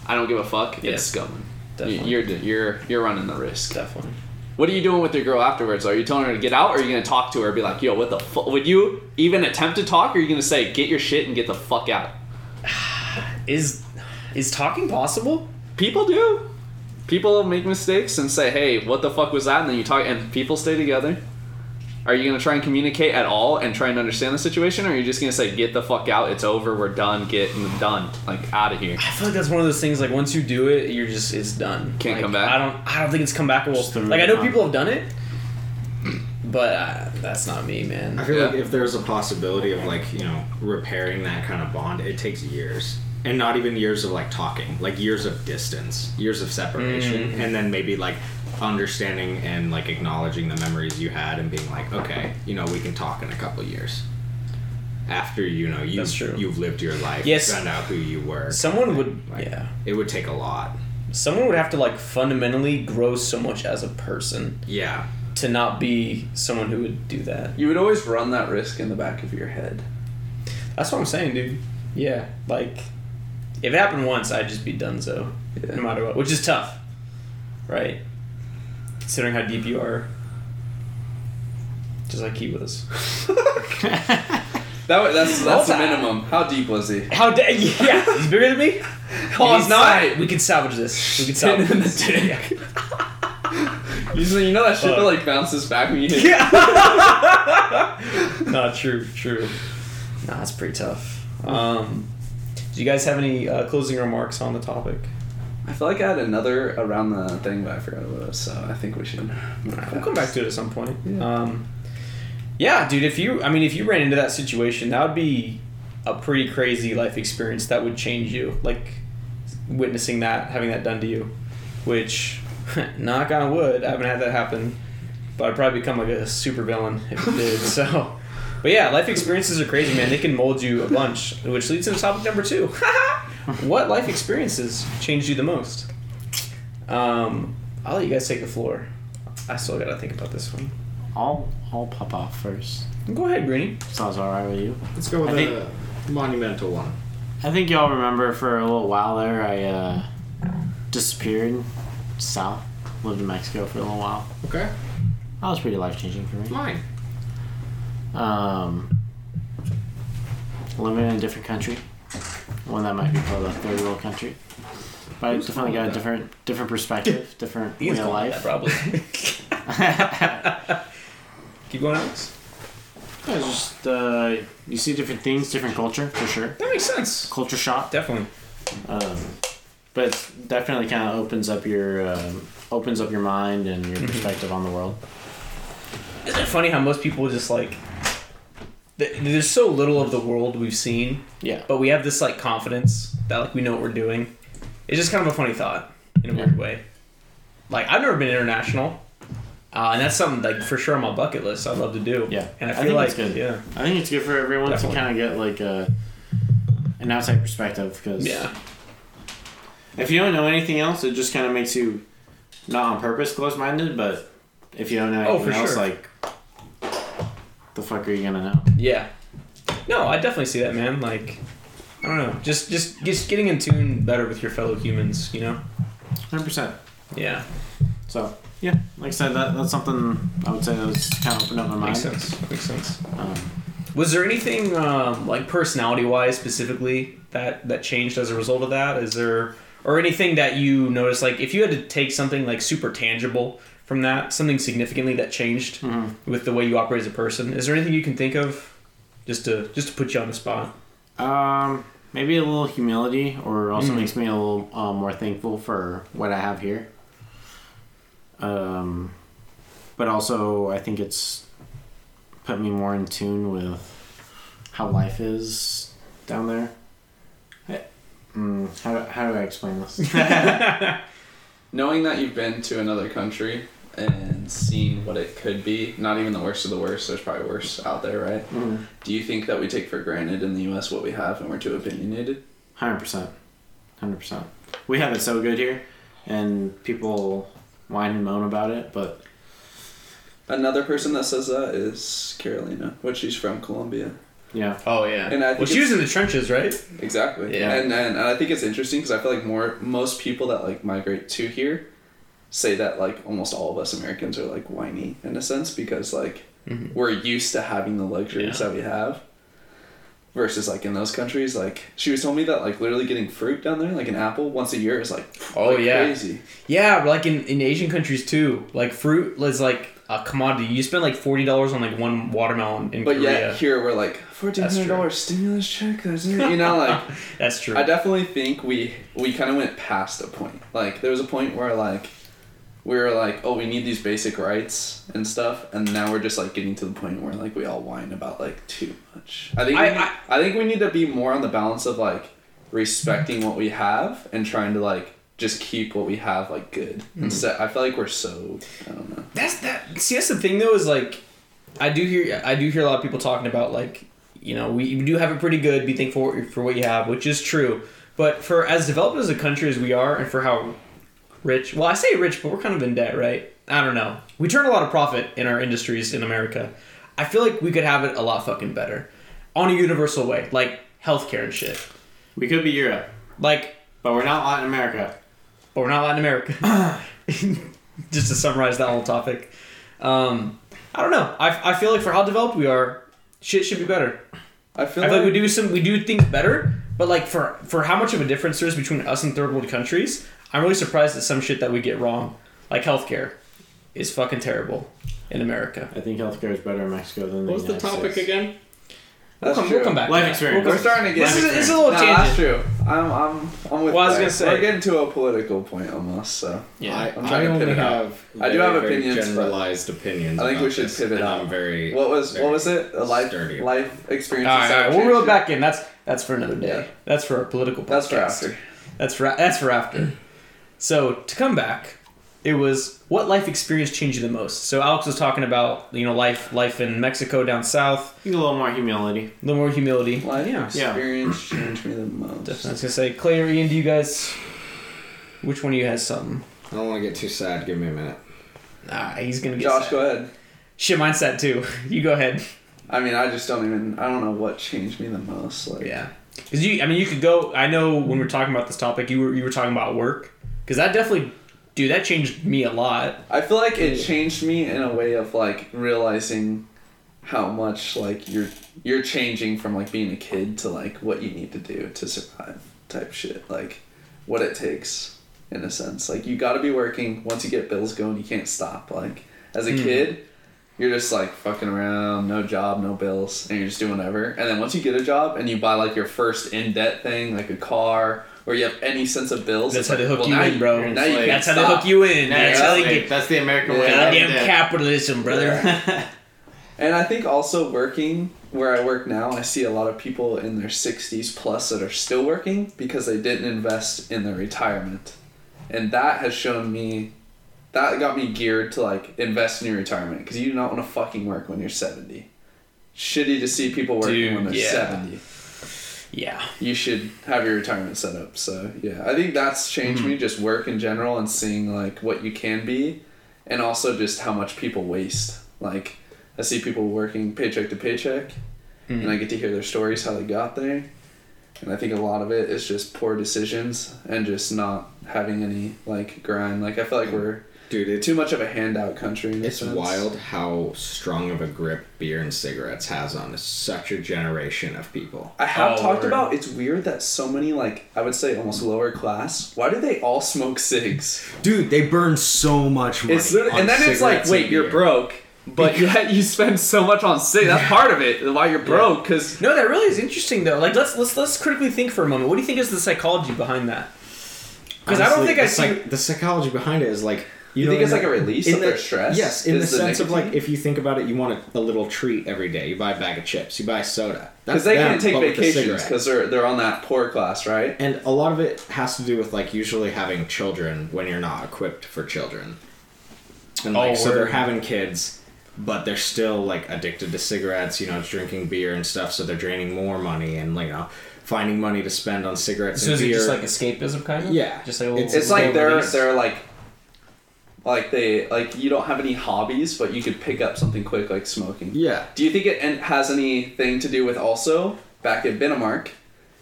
S1: I don't give a fuck,
S3: Yeah.
S1: it's going. You-
S3: Definitely.
S1: You're you're you're running the risk.
S3: definitely.
S1: What are you doing with your girl afterwards? Are you telling her to get out, or are you gonna talk to her and be like, "Yo, what the fuck?" Would you even attempt to talk, or are you gonna say, "Get your shit and get the fuck out"?
S3: Is is talking possible?
S1: People do. People make mistakes and say, "Hey, what the fuck was that?" And then you talk, and people stay together. Are you gonna try and communicate at all and try and understand the situation, or are you just gonna say, "Get the fuck out. It's over. We're done. Get done. Like out of here."
S3: I feel like that's one of those things. Like once you do it, you're just it's done.
S1: Can't
S3: Like,
S1: come back?
S3: I don't. I don't think it's
S5: Just the
S3: comebackable. Like I know
S5: root
S3: people have done it, but uh, that's not me, man.
S2: I feel like
S1: Yeah.
S2: if there's a possibility of like you know repairing that kind of bond, it takes years, and not even years of like talking, like years of distance, years of separation, and then maybe like understanding and like acknowledging the memories you had, and being like, okay, you know, we can talk in a couple years. After you know you
S3: That's true.
S2: you've lived your life,
S3: Yes.
S2: found out who you were.
S3: Someone would.
S2: Like,
S3: yeah.
S2: it would take a lot.
S3: Someone would have to like fundamentally grow so much as a person
S2: Yeah,
S3: to not be someone who would do that.
S1: You would always run that risk in the back of your head.
S3: That's what I'm saying, dude. Yeah, like if it happened once, I'd just be done. So
S1: Yeah.
S3: no matter what, which is tough, right? Considering how deep you are, just like he was.
S1: That wa- that's that's the
S3: Multi.
S1: minimum. How deep was he?
S3: How da- yeah, he's bigger than me.
S1: Oh,
S3: he's not. We can salvage this. We can salvage
S1: in the
S3: this.
S1: dick. Usually, you know that shit that
S3: Fuck.
S1: like bounces back when you hit.
S3: No, true, true. Nah, that's pretty tough. Um, do you guys have any uh, closing remarks on the topic?
S1: I feel like I had another around the thing, but I forgot what it was. So I think we should.
S3: We'll come back to it at some point. Um, yeah, dude. If you, I mean, if you ran into that situation, that would be a pretty crazy life experience. That would change you. Like witnessing that, having that done to you, which, knock on wood, I haven't had that happen. But I'd probably become like a super villain if it did. so, but yeah, life experiences are crazy, man. They can mold you a bunch, which leads to topic number two. what life experiences changed you the most? Um, I'll let you guys take the floor. I still gotta think about this one.
S6: I'll, I'll pop off first.
S3: Go ahead, Greeny.
S6: Sounds alright with you.
S2: let's go with
S6: I
S2: a
S6: think-
S2: monumental one.
S6: I think y'all remember for a little while there, I uh, disappeared south. Lived in Mexico for a little while.
S2: Okay.
S6: That was pretty life changing for me.
S2: Mine.
S6: Um, living in a different country, one that might be called a third world country, but I definitely got a different different perspective, different way
S3: Ian's
S6: of
S3: calling it
S6: life.
S3: that, probably. Keep going, Alex.
S6: Yeah, it's just uh, you see different things, different culture for sure.
S3: That makes sense.
S6: Culture shock,
S3: Definitely.
S6: um, but it's definitely kind of opens up your um, opens up your mind and
S3: Mm-hmm.
S6: your perspective on the world.
S3: Isn't it funny how most people just like. th- There's so little of the world we've seen,
S6: Yeah,
S3: but we have this like confidence that like we know what we're doing. It's just kind of a funny thought in a weird way. Like I've never been international, uh, and that's something like for sure on my bucket list. I'd love to do.
S6: Yeah.
S3: and I
S6: I
S3: feel
S6: think
S3: like
S6: it's good.
S3: yeah,
S6: I think it's good for everyone
S3: Definitely.
S6: to kind of get like a an outside perspective because
S3: yeah,
S6: if you don't know anything else, it just kind of makes you not on purpose close minded. But if you don't know
S3: Oh,
S6: anything
S3: for
S6: else,
S3: sure.
S6: like the fuck are you gonna know?
S3: yeah. No, I definitely see that, man. Like I don't know, just just just getting in tune better with your fellow humans, you know?
S6: Hundred percent.
S3: Yeah,
S6: So yeah, like I said, that, that's something I would say that's kind of opened up my mind.
S3: makes sense. Makes sense.
S6: Um,
S3: Was there anything um, like personality wise specifically that that changed as a result of that? Is there or anything that you noticed like if you had to take something like super tangible from that, something significantly that changed with the way you operate as a person? Is there anything you can think of just to just to put you on the spot?
S6: Um, maybe a little humility, or also makes me a little uh, more thankful for what I have here. Um, but also I think it's put me more in tune with how life is down there. I, mm, how do- how do I explain this?
S1: Knowing that you've been to another country and seen what it could be, not even the worst of the worst, there's probably worse out there, right? Do you think that we take for granted in the US what we have and we're too opinionated?
S6: Hundred percent, hundred percent. We have it so good here, and people whine and moan about it, but
S1: Another person that says that is Carolina, which she's from Colombia.
S6: yeah,
S3: Oh yeah.
S1: And I think
S3: well, she
S1: it's-
S3: was in the trenches, right?
S1: Exactly.
S3: Yeah.
S1: And, and and I think it's interesting because I feel like more most people that like migrate to here say that like almost all of us Americans are like whiny in a sense because like we're used to having the luxuries
S3: Mm-hmm. Yeah.
S1: that we have. Versus like in those countries, like she was telling me that like literally getting fruit down there, like an apple once a year is like
S3: Oh,
S1: like,
S3: yeah.
S1: crazy.
S3: Yeah, but, like in, in Asian countries too. Like fruit is like a commodity. You spend like forty dollars on like one watermelon in
S1: But
S3: Korea.
S1: yet here we're like fourteen hundred dollars stimulus check. That's it. You know like
S3: That's true.
S1: I definitely think we we kind of went past a point. Like there was a point where like we were like, oh, we need these basic rights and stuff, and now we're just like getting to the point where like we all whine about like too much. I think
S3: I-
S1: we need-
S3: I-
S1: I think we need to be more on the balance of like respecting what we have and trying to like just keep what we have like good.
S3: Hmm.
S1: Instead, I feel like we're so I don't know.
S3: That's that. See, that's the thing though is like, I do hear I do hear a lot of people talking about like, you know, we, we do have it pretty good. Be thankful for what you have, which is true. But for as developed as a country as we are, and for how rich, well, I say rich, but we're kind of in debt, right? I don't know. We turn a lot of profit in our industries in America. I feel like we could have it a lot fucking better, on a universal way, like healthcare and shit.
S6: we could be Europe,
S3: Like,
S6: but we're not Latin America.
S3: but we're not Latin America. Just to summarize that whole topic, um, I don't know. I, I feel like for how developed we are, shit should be better.
S1: I feel
S3: I feel
S1: like
S3: like we do some we do things better, but like for for how much of a difference there is between us and third world countries, I'm really surprised at some shit that we get wrong. Like healthcare is fucking terrible in America.
S6: I think healthcare is better in Mexico than the
S5: What's the
S6: United
S5: topic
S6: States.
S5: again?
S1: that's
S3: we'll, come,
S1: true.
S3: we'll come back.
S6: Life
S3: Yeah.
S6: experience.
S1: We're starting to get.
S3: This is, this is a little
S1: no,
S3: tangent.
S1: that's true. I'm, I'm, I'm with
S3: Well, I was
S1: Blair.
S3: gonna say-
S1: We're getting to a political point almost, so.
S6: Yeah.
S2: I,
S1: I'm trying
S2: I
S1: to
S2: only
S1: pivot out.
S2: have.
S1: I do have
S2: very, very
S1: opinions, but
S2: Generalized opinions.
S1: I think we
S2: about
S1: should
S2: this,
S1: pivot
S2: and
S1: out.
S2: I'm very.
S1: What was
S2: very
S1: what was it? A life
S2: sturdy.
S1: life experience.
S3: All right, all right, we'll reel
S1: real
S3: it back in. That's that's for another day.
S1: Yeah.
S3: That's for our political. Podcast.
S1: That's for after.
S3: That's for that's for after. So to come back, it was what life experience changed you the most. So Alex was talking about you know life life in Mexico down south,
S6: A little more humility.
S3: a little more humility.
S1: Life
S3: yeah,
S6: Yeah.
S1: experience changed me the most.
S3: I was gonna say Clay or Ian, do you guys? Which one of you has something?
S2: I don't want to get too sad. Give me a minute.
S3: Nah, he's gonna get
S1: Josh,
S3: sad.
S1: go ahead.
S3: Shit, mine's sad too. You go ahead.
S1: I mean, I just don't even. I don't know what changed me the most. Like,
S3: Yeah, because you. I mean, you could go. I know when we were talking about this topic, you were you were talking about work because that definitely Dude, that changed me a lot.
S7: I feel like it changed me in a way of like realizing how much like you're you're changing from like being a kid to like what you need to do to survive type shit. Like what it takes in a sense. Like you gotta be working once you get bills going you can't stop. Like as a
S3: Hmm.
S7: kid, you're just like fucking around, no job, no bills, and you're just doing whatever. And then once you get a job and you buy like your first in debt thing, like a car, or you have any sense of bills,
S3: That's
S7: it's
S3: how
S7: like,
S3: they hook
S7: well,
S3: you
S7: now
S3: in, bro.
S7: now you
S3: That's how
S7: can't
S3: they
S7: stop.
S3: hook you in. That's how they
S6: Hey,
S3: get
S6: that's the American way.
S3: goddamn
S6: Yeah.
S3: capitalism, brother.
S7: And I think also working where I work now, I see a lot of people in their 60s plus that are still working because they didn't invest in their retirement. And that has shown me that got me geared to like invest in your retirement because you do not want to fucking work when you're 70. Shitty to see people working when
S3: Dude,
S7: they're
S3: yeah.
S7: 70.
S3: yeah.
S7: You should have your retirement set up. So, yeah, I think that's changed me just work in general and seeing like what you can be and also just how much people waste. Like, I see people working paycheck to paycheck, and I get to hear their stories how they got there. And I think a lot of it is just poor decisions and just not having any like grind. Like I feel like we're
S2: Dude, it's
S7: too much of a handout country. In a
S2: It's
S7: sense.
S2: wild how strong of a grip beer and cigarettes has on such a generation of people.
S7: I have
S3: Oh,
S7: talked
S3: Lord.
S7: about it's weird that so many like I would say almost lower class. Why do they all smoke cigs?
S2: Dude, they burn so much money.
S7: It's literally, and then it's like, wait, you're broke, but yet you spend so much on cigs. That's part of it. Why you're broke? Because
S3: No, that really is interesting though. Like let's let's let's critically think for a moment. What do you think is the psychology behind that? Because I
S2: Honestly,
S3: don't think I
S2: the
S3: see.
S2: psych- the psychology behind it is like you,
S7: You
S2: know,
S7: think it's
S2: in
S7: like
S2: the-
S7: a release
S2: in
S7: of
S2: the-
S7: their stress?
S2: Yes, in the
S7: Is the
S2: sense of like
S7: nicotine?
S2: if you think about it, you want a, a little treat every day. You buy a bag of chips, you buy soda. That's
S7: because they
S2: them,
S7: can't take
S2: but with the
S7: vacations
S2: cigarette.
S7: because they're they're on that poor class, right?
S2: and a lot of it has to do with like usually having children when you're not equipped for children and like
S3: Oh,
S2: so they're
S3: word.
S2: having kids but they're still like addicted to cigarettes you know drinking beer and stuff so they're draining more money and like you know, finding money to spend on cigarettes
S3: So
S2: and
S3: is it
S2: beer
S3: just like escapism kind of?
S2: Yeah.
S3: Just like a little.
S2: It's-
S7: It's like
S2: Slow
S7: they're
S2: release.
S7: they're like like they like you don't have any hobbies, but you could pick up something quick like smoking.
S2: yeah
S7: Do you think it en- has anything to do with also back at Binamark,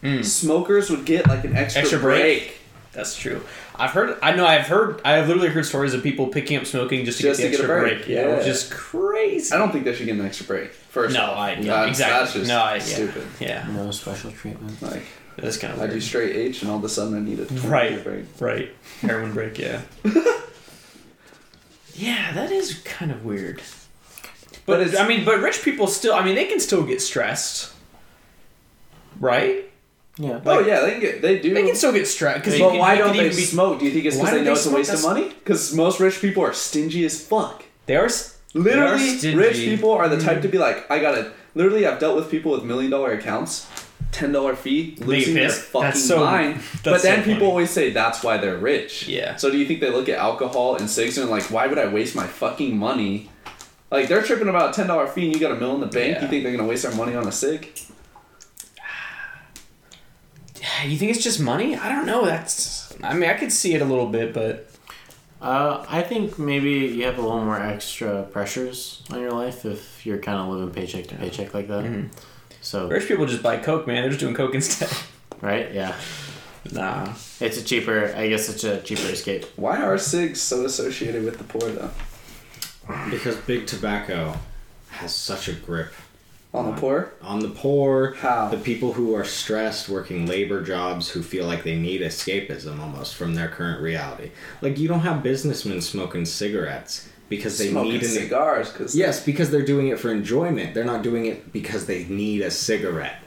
S2: Hmm.
S7: smokers would get like an extra,
S3: Extra break?
S7: break,
S3: That's true. I've heard. I know. I've heard. I have literally heard stories of people picking up smoking just to
S7: Just
S3: get the
S7: to get a
S3: extra
S7: break.
S3: Yeah,
S7: Yeah.
S3: which is crazy.
S7: I don't think they should get an extra break. First,
S3: No,
S7: off.
S3: I yeah,
S7: That's-
S3: exactly.
S7: That's just
S3: no, I, yeah.
S7: stupid.
S3: Yeah,
S6: No special treatment.
S7: Like
S3: that's kind of
S7: I
S3: weird.
S7: do straight H, and all of a sudden I need a 20
S3: Right.
S7: break.
S3: Right. Heroin break, yeah. yeah, that is kind of weird. But,
S7: But it's-
S3: I mean, but rich people still, I mean, they can still get stressed. Right?
S6: Yeah.
S7: oh yeah, they can get they do.
S3: They can still get stressed. Because
S7: but why don't they smoke? Do you think it's
S3: Why
S7: because they
S3: don't they
S7: know it's a
S3: smoke?
S7: waste of
S3: That's-
S7: money? Because most rich people are stingy as fuck.
S3: They are. s-
S7: Literally,
S3: stingy.
S7: rich people are the type to be
S3: Mm-hmm.
S7: like, I gotta. Literally, I've dealt with people with million dollar accounts, ten dollar fee, losing their
S3: pissed?
S7: fucking
S3: That's so-
S7: mind. But
S3: that's so
S7: then people
S3: funny.
S7: always say that's why they're rich.
S3: Yeah.
S7: So do you think they look at alcohol and cigs and like, why would I waste my fucking money? Like they're tripping about a ten dollar fee and you got a mill in the bank.
S3: Yeah.
S7: You think they're gonna waste their money on a cig?
S3: You think it's just money? I don't know. That's. I mean, I could see it a little bit, but.
S6: Uh, I think maybe you have a little more extra pressures on your life if you're kind of living paycheck to paycheck like that.
S3: Mm-hmm.
S6: So,
S3: Rich people just buy Coke, man. They're just doing Coke instead.
S6: right? Yeah.
S3: nah.
S6: It's a cheaper, I guess it's a cheaper escape.
S7: Why are cigs so associated with the poor though?
S2: because big tobacco has such a grip
S7: On the poor?
S2: on the poor
S7: How?
S2: the people who are stressed working labor jobs who feel like they need escapism almost from their current reality like you don't have businessmen smoking cigarettes because they
S7: Smoking
S2: need an
S7: cigars because
S2: yes because they're doing it for enjoyment they're not doing it because they need a cigarette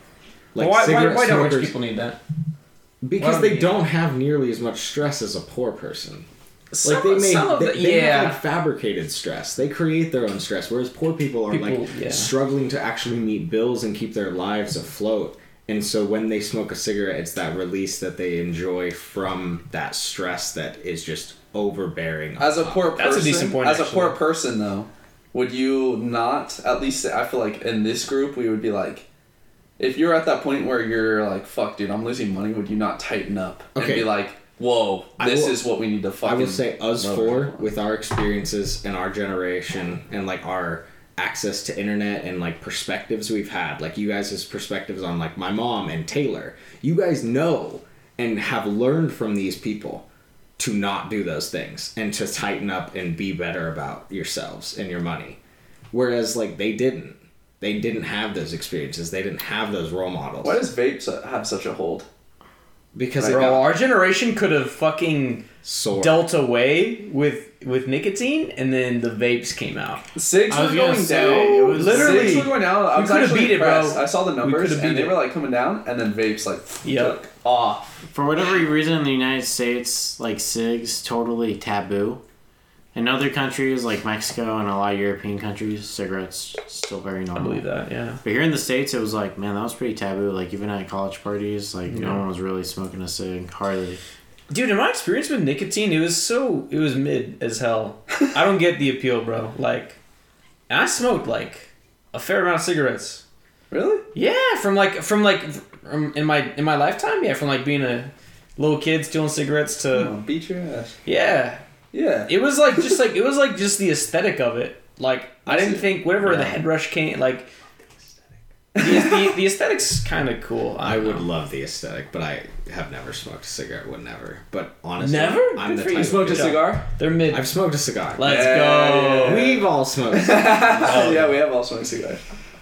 S2: like
S3: why, why,
S2: cigarette
S3: why don't rich
S2: smokers-
S3: people need that?
S2: because
S3: why don't
S2: they
S3: they-
S2: don't have nearly as much stress as a poor person like
S3: Some-
S2: they make
S3: some of
S2: they,
S3: the-
S2: they
S3: yeah.
S2: have like fabricated stress they create their own stress whereas poor people are
S3: People-
S2: like
S3: yeah.
S2: struggling to actually meet bills and keep their lives afloat and so when they smoke a cigarette it's that release that they enjoy from that stress that is just overbearing on
S7: As a
S2: top.
S7: poor person,
S3: That's a decent point,
S7: As a
S3: actually.
S7: poor person, though, would you not? At least I feel like in this group, we would be like, if you're at that point where you're like, "Fuck, dude, I'm losing money," would you not tighten up and
S2: Okay.
S7: be like, "Whoa,
S2: I
S7: this
S2: will-
S7: is what we need to
S2: I
S7: fucking."
S2: would say us
S7: lower
S2: four
S7: down on."
S2: with our experiences and our generation and like our access to internet and like perspectives we've had, like you guys' perspectives on like my mom and Taylor. You guys know and have learned from these people. to not do those things and to tighten up and be better about yourselves and your money. Whereas like they didn't. They didn't have those experiences. They didn't have those role models.
S1: Why does vape su- have such a hold?
S2: Because it
S3: Bro,
S2: got
S3: our generation could have fucking
S2: sore.
S3: dealt away with with nicotine, and then the vapes came out.
S1: Six
S6: I
S1: were
S6: was gonna
S1: going
S6: say, it
S1: down.
S6: was-
S1: Literally, six
S3: Literally.
S1: were going down. I
S3: We
S1: was
S3: could've
S1: actually
S3: beat it, bro.
S1: impressed. I saw the
S3: We
S1: numbers,
S3: could've beat
S1: and they
S3: it.
S1: were like coming down, and then vapes like
S3: Yep.
S1: took off.
S6: For whatever reason, in the United States, like cigs, totally taboo. In other countries like Mexico and a lot of European countries, cigarettes still very
S3: I
S6: normal.
S3: believe that. Yeah.
S6: But here in the states, it was like, man, that was pretty taboo. Like even at college parties, like no one was really smoking a cig hardly.
S3: Dude, in my experience with nicotine, it was so it was mid as hell. I don't get the appeal, bro. Like, and I smoked like a fair amount of cigarettes.
S1: Really?
S3: Yeah, from like from like from in my in my lifetime, yeah, from like being a little kid stealing cigarettes to
S7: Hmm.
S1: Beat your ass.
S3: yeah,
S1: Yeah.
S3: it was like just like it was like just the aesthetic of it. Like I didn't think whatever the head rush came like. The, the, the aesthetic's kind of cool.
S2: I would
S3: know.
S2: love the aesthetic, but I have never smoked a cigarette. Would never. But honestly,
S3: Never?
S2: I'm
S3: Good
S2: the
S3: for
S2: type
S3: you.
S1: You
S2: of
S1: smoked a
S2: dude-
S1: cigar?
S3: They're mid.
S2: I've smoked a cigar.
S3: Let's
S1: Yeah.
S3: go.
S2: We've all smoked. a cigar.
S1: yeah, we have all smoked cigars,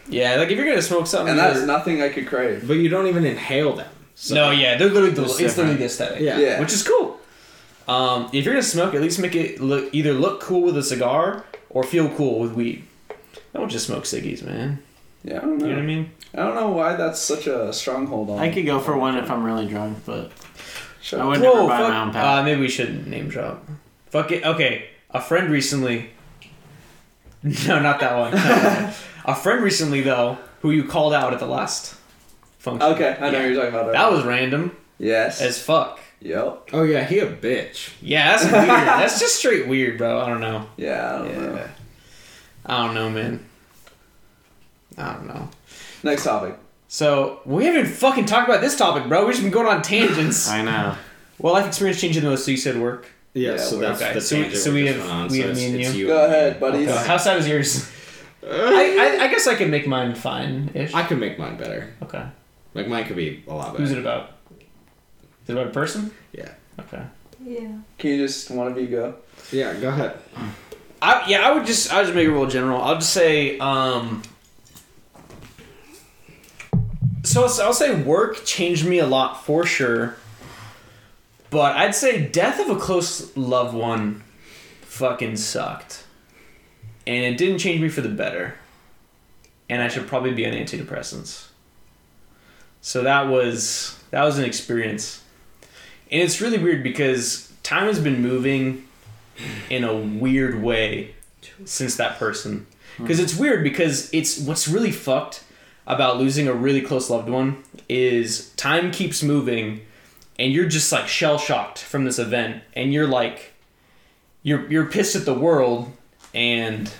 S3: Yeah, like if you're gonna smoke something,
S1: and that's
S3: you're-
S1: nothing I could crave.
S2: but you don't even inhale them. So.
S3: no, yeah, they're literally the,
S6: It's
S3: it's literally the aesthetic,
S2: Yeah.
S1: Yeah.
S3: which is cool. Um, if you're gonna smoke, at least make it look either look cool with a cigar or feel cool with weed. Don't just smoke ciggies, man.
S1: Yeah, I don't know.
S3: You know what I mean?
S1: I don't know why that's such a stronghold on.
S6: I could go for one if I'm really drunk, but
S1: Sure.
S6: I would never
S3: Whoa,
S6: buy
S3: fuck-
S6: my own pack.
S3: uh, maybe we shouldn't name drop. Fuck it. Okay, a friend recently. No, not that one. a friend recently though, who you called out at the last function.
S1: Okay, I know
S3: Yeah.
S1: what you're talking about.
S3: That was random
S1: yes.
S3: as fuck.
S1: yep.
S2: Oh yeah, he a bitch.
S3: Yeah, that's weird. that's just straight weird, bro. I don't know.
S1: Yeah. I don't know.
S3: I don't know, man. I don't know.
S1: Next topic.
S3: So we haven't fucking talked about this topic, bro. We've just been going on tangents.
S6: I know.
S3: well, life experience changed the most. So you said work.
S2: Yeah,
S1: Yeah,
S2: so
S1: we're-
S2: that's
S3: okay.
S2: the
S3: So-
S2: tangent
S3: so
S2: we're
S3: we
S2: just
S3: have-
S2: on,
S3: we
S2: so
S3: have
S2: it's-
S3: me and
S2: it's
S3: you.
S1: Go
S2: and me.
S1: ahead, buddies.
S3: So how sad is yours? I, I, I guess I can make mine fine ish.
S2: I could make mine better.
S3: Okay.
S2: Like mine could be a lot better.
S3: Who's it about? Is it about a person?
S2: Yeah.
S3: Okay.
S7: Yeah.
S1: Can you just one of you go?
S2: Yeah, go ahead.
S3: I, yeah, I would just I would just make it real general. I'll just say um So I'll, s- I'll say work changed me a lot for sure. But I'd say death of a close loved one fucking sucked. And it didn't change me for the better. And I should probably be on antidepressants. So that was that was an experience. And it's really weird because time has been moving in a weird way since that person. Because it's weird because it's what's really fucked about losing a really close loved one is time keeps moving and you're just like shell shocked from this event and you're like you're you're pissed at the world and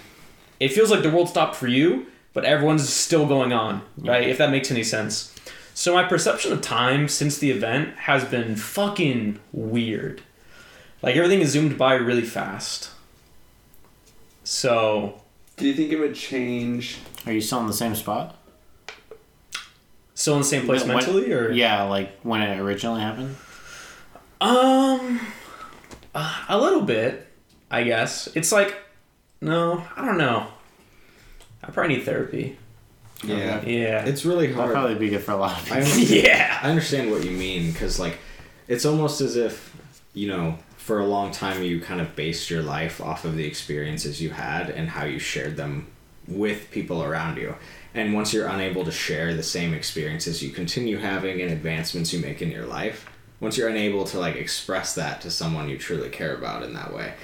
S3: it feels like the world stopped for you, but everyone's still going on, right? If that makes any sense. So my perception of time since the event has been fucking weird like everything is zoomed by really fast. So
S1: Do you think it would change?
S6: Are you still in the same spot?
S3: still in the same place
S6: When-
S3: mentally, or
S6: Yeah, like when it originally happened.
S3: um, uh, a little bit, I guess. It's like, no, I don't know. I probably need therapy.
S2: Yeah.
S3: Yeah.
S2: It's really
S6: That'd
S2: hard.
S6: probably be good for a lot of
S2: I
S6: people.
S2: understand,
S3: yeah.
S2: I understand what you mean cuz like it's almost as if, you know, for a long time you kind of based your life off of the experiences you had and how you shared them with people around you. And once you're unable to share the same experiences you continue having and advancements you make in your life, once you're unable to like express that to someone you truly care about in that way,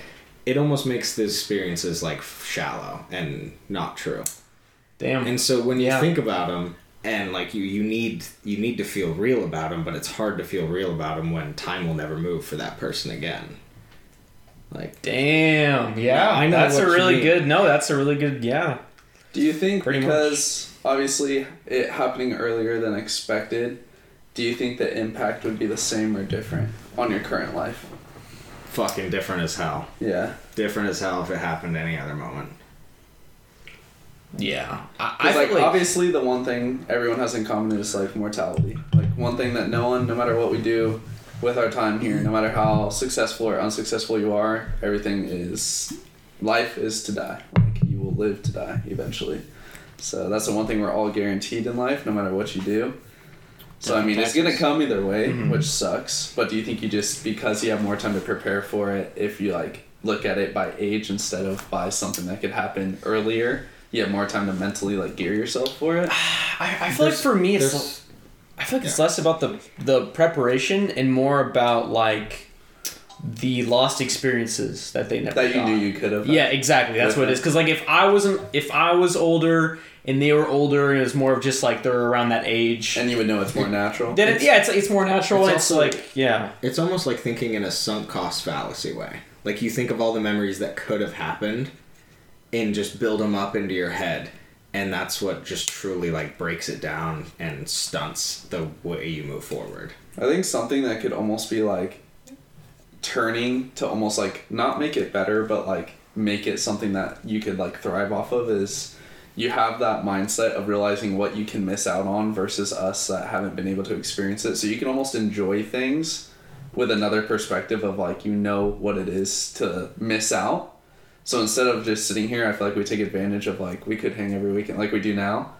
S2: it almost makes the experiences like shallow and not true.
S3: Damn.
S2: And so when you
S3: Yeah.
S2: think about them, and like you, you need you need to feel real about them, but it's hard to feel real about them when time will never move for that person again. Like
S3: Damn. Yeah.
S2: I know
S3: that's
S2: what
S3: a
S2: you
S3: really
S2: mean.
S3: good. No, that's a really good. Yeah.
S1: Do you think
S3: Pretty much.
S1: because obviously it happening earlier than expected, do you think the impact would be the same or different on your current life?
S2: fucking different as hell.
S1: Yeah.
S2: Different as hell if it happened any other moment.
S3: Yeah. I, I
S1: 'Cause,
S3: feel
S1: like,
S3: like,
S1: obviously the one thing everyone has in common is like mortality. Like one thing that no one, no matter what we do,
S7: with our time here. No matter how successful or unsuccessful you are, everything is life is to die. Like you will live to die eventually. So that's the one thing we're all guaranteed in life, no matter what you do. So I mean, it's gonna come either way, which sucks. But do you think you just because you have more time to prepare for it, if you like look at it by age instead of by something that could happen earlier, you have more time to mentally like gear yourself for it?
S3: I, I feel like for me, it's
S2: There's-
S3: I feel like it's less about the the preparation and more about like the lost experiences that they never
S7: That you
S3: got.
S7: knew you could have.
S3: Yeah, exactly. That's what it is. Because like if I wasn't, if I was older and they were older, and it was more of just like they're around that age.
S7: And you would know it's more natural.
S3: then it, yeah, it's it's more
S2: It's
S3: natural. and It's,
S2: also-
S3: like yeah,
S2: It's almost like thinking in a sunk cost fallacy way. Like you think of all the memories that could have happened and just build them up into your head. And that's what just truly like breaks it down and stunts the way you move forward.
S7: I think something that could almost be like turning to almost like not make it better, but like make it something that you could like thrive off of is you have that mindset of realizing what you can miss out on versus us that haven't been able to experience it. So you can almost enjoy things with another perspective of like you know what it is to miss out. So instead of just sitting here, I feel like we take advantage of like we could hang every weekend like we do now.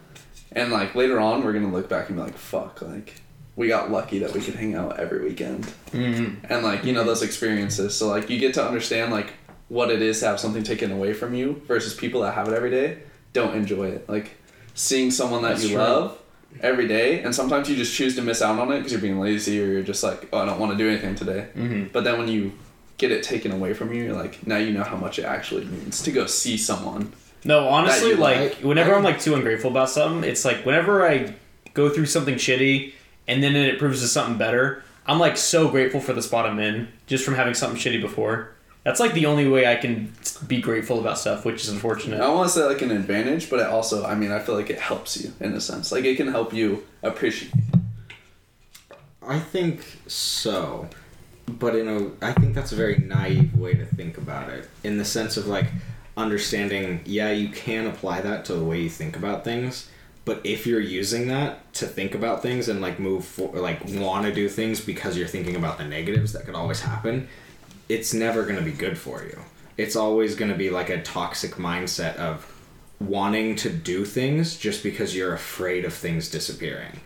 S7: And like later on, we're gonna look back and be like, "Fuck!" Like we got lucky that we could hang out every weekend, and like you know those experiences. So like you get to understand like what it is to have something taken away from you versus people that have it every day don't enjoy it. Like seeing someone that you love every day, and sometimes you just choose to miss out on it because you're being lazy or you're just like, "Oh, I don't want to do anything today." But then when you get it taken away from you, you're like, now you know how much it actually means to go see someone.
S3: no. Honestly,
S7: you
S3: like
S2: like.
S3: whenever I'm like too ungrateful about something, it's like whenever I go through something shitty and then it proves to something better. I'm like so grateful for the spot I'm in just from having something shitty before. That's like the only way I can be grateful about stuff, which is unfortunate.
S7: I want to say like an advantage, but it also, I mean, I feel like it helps you in a sense. Like it can help you appreciate.
S2: I think so, but in a I think that's a very naive way to think about it. In the sense of like understanding, yeah, you can apply that to the way you think about things, but if you're using that to think about things and like move for like want to do things because you're thinking about the negatives that could always happen, it's never going to be good for you. It's always going to be like a toxic mindset of wanting to do things just because you're afraid of things disappearing.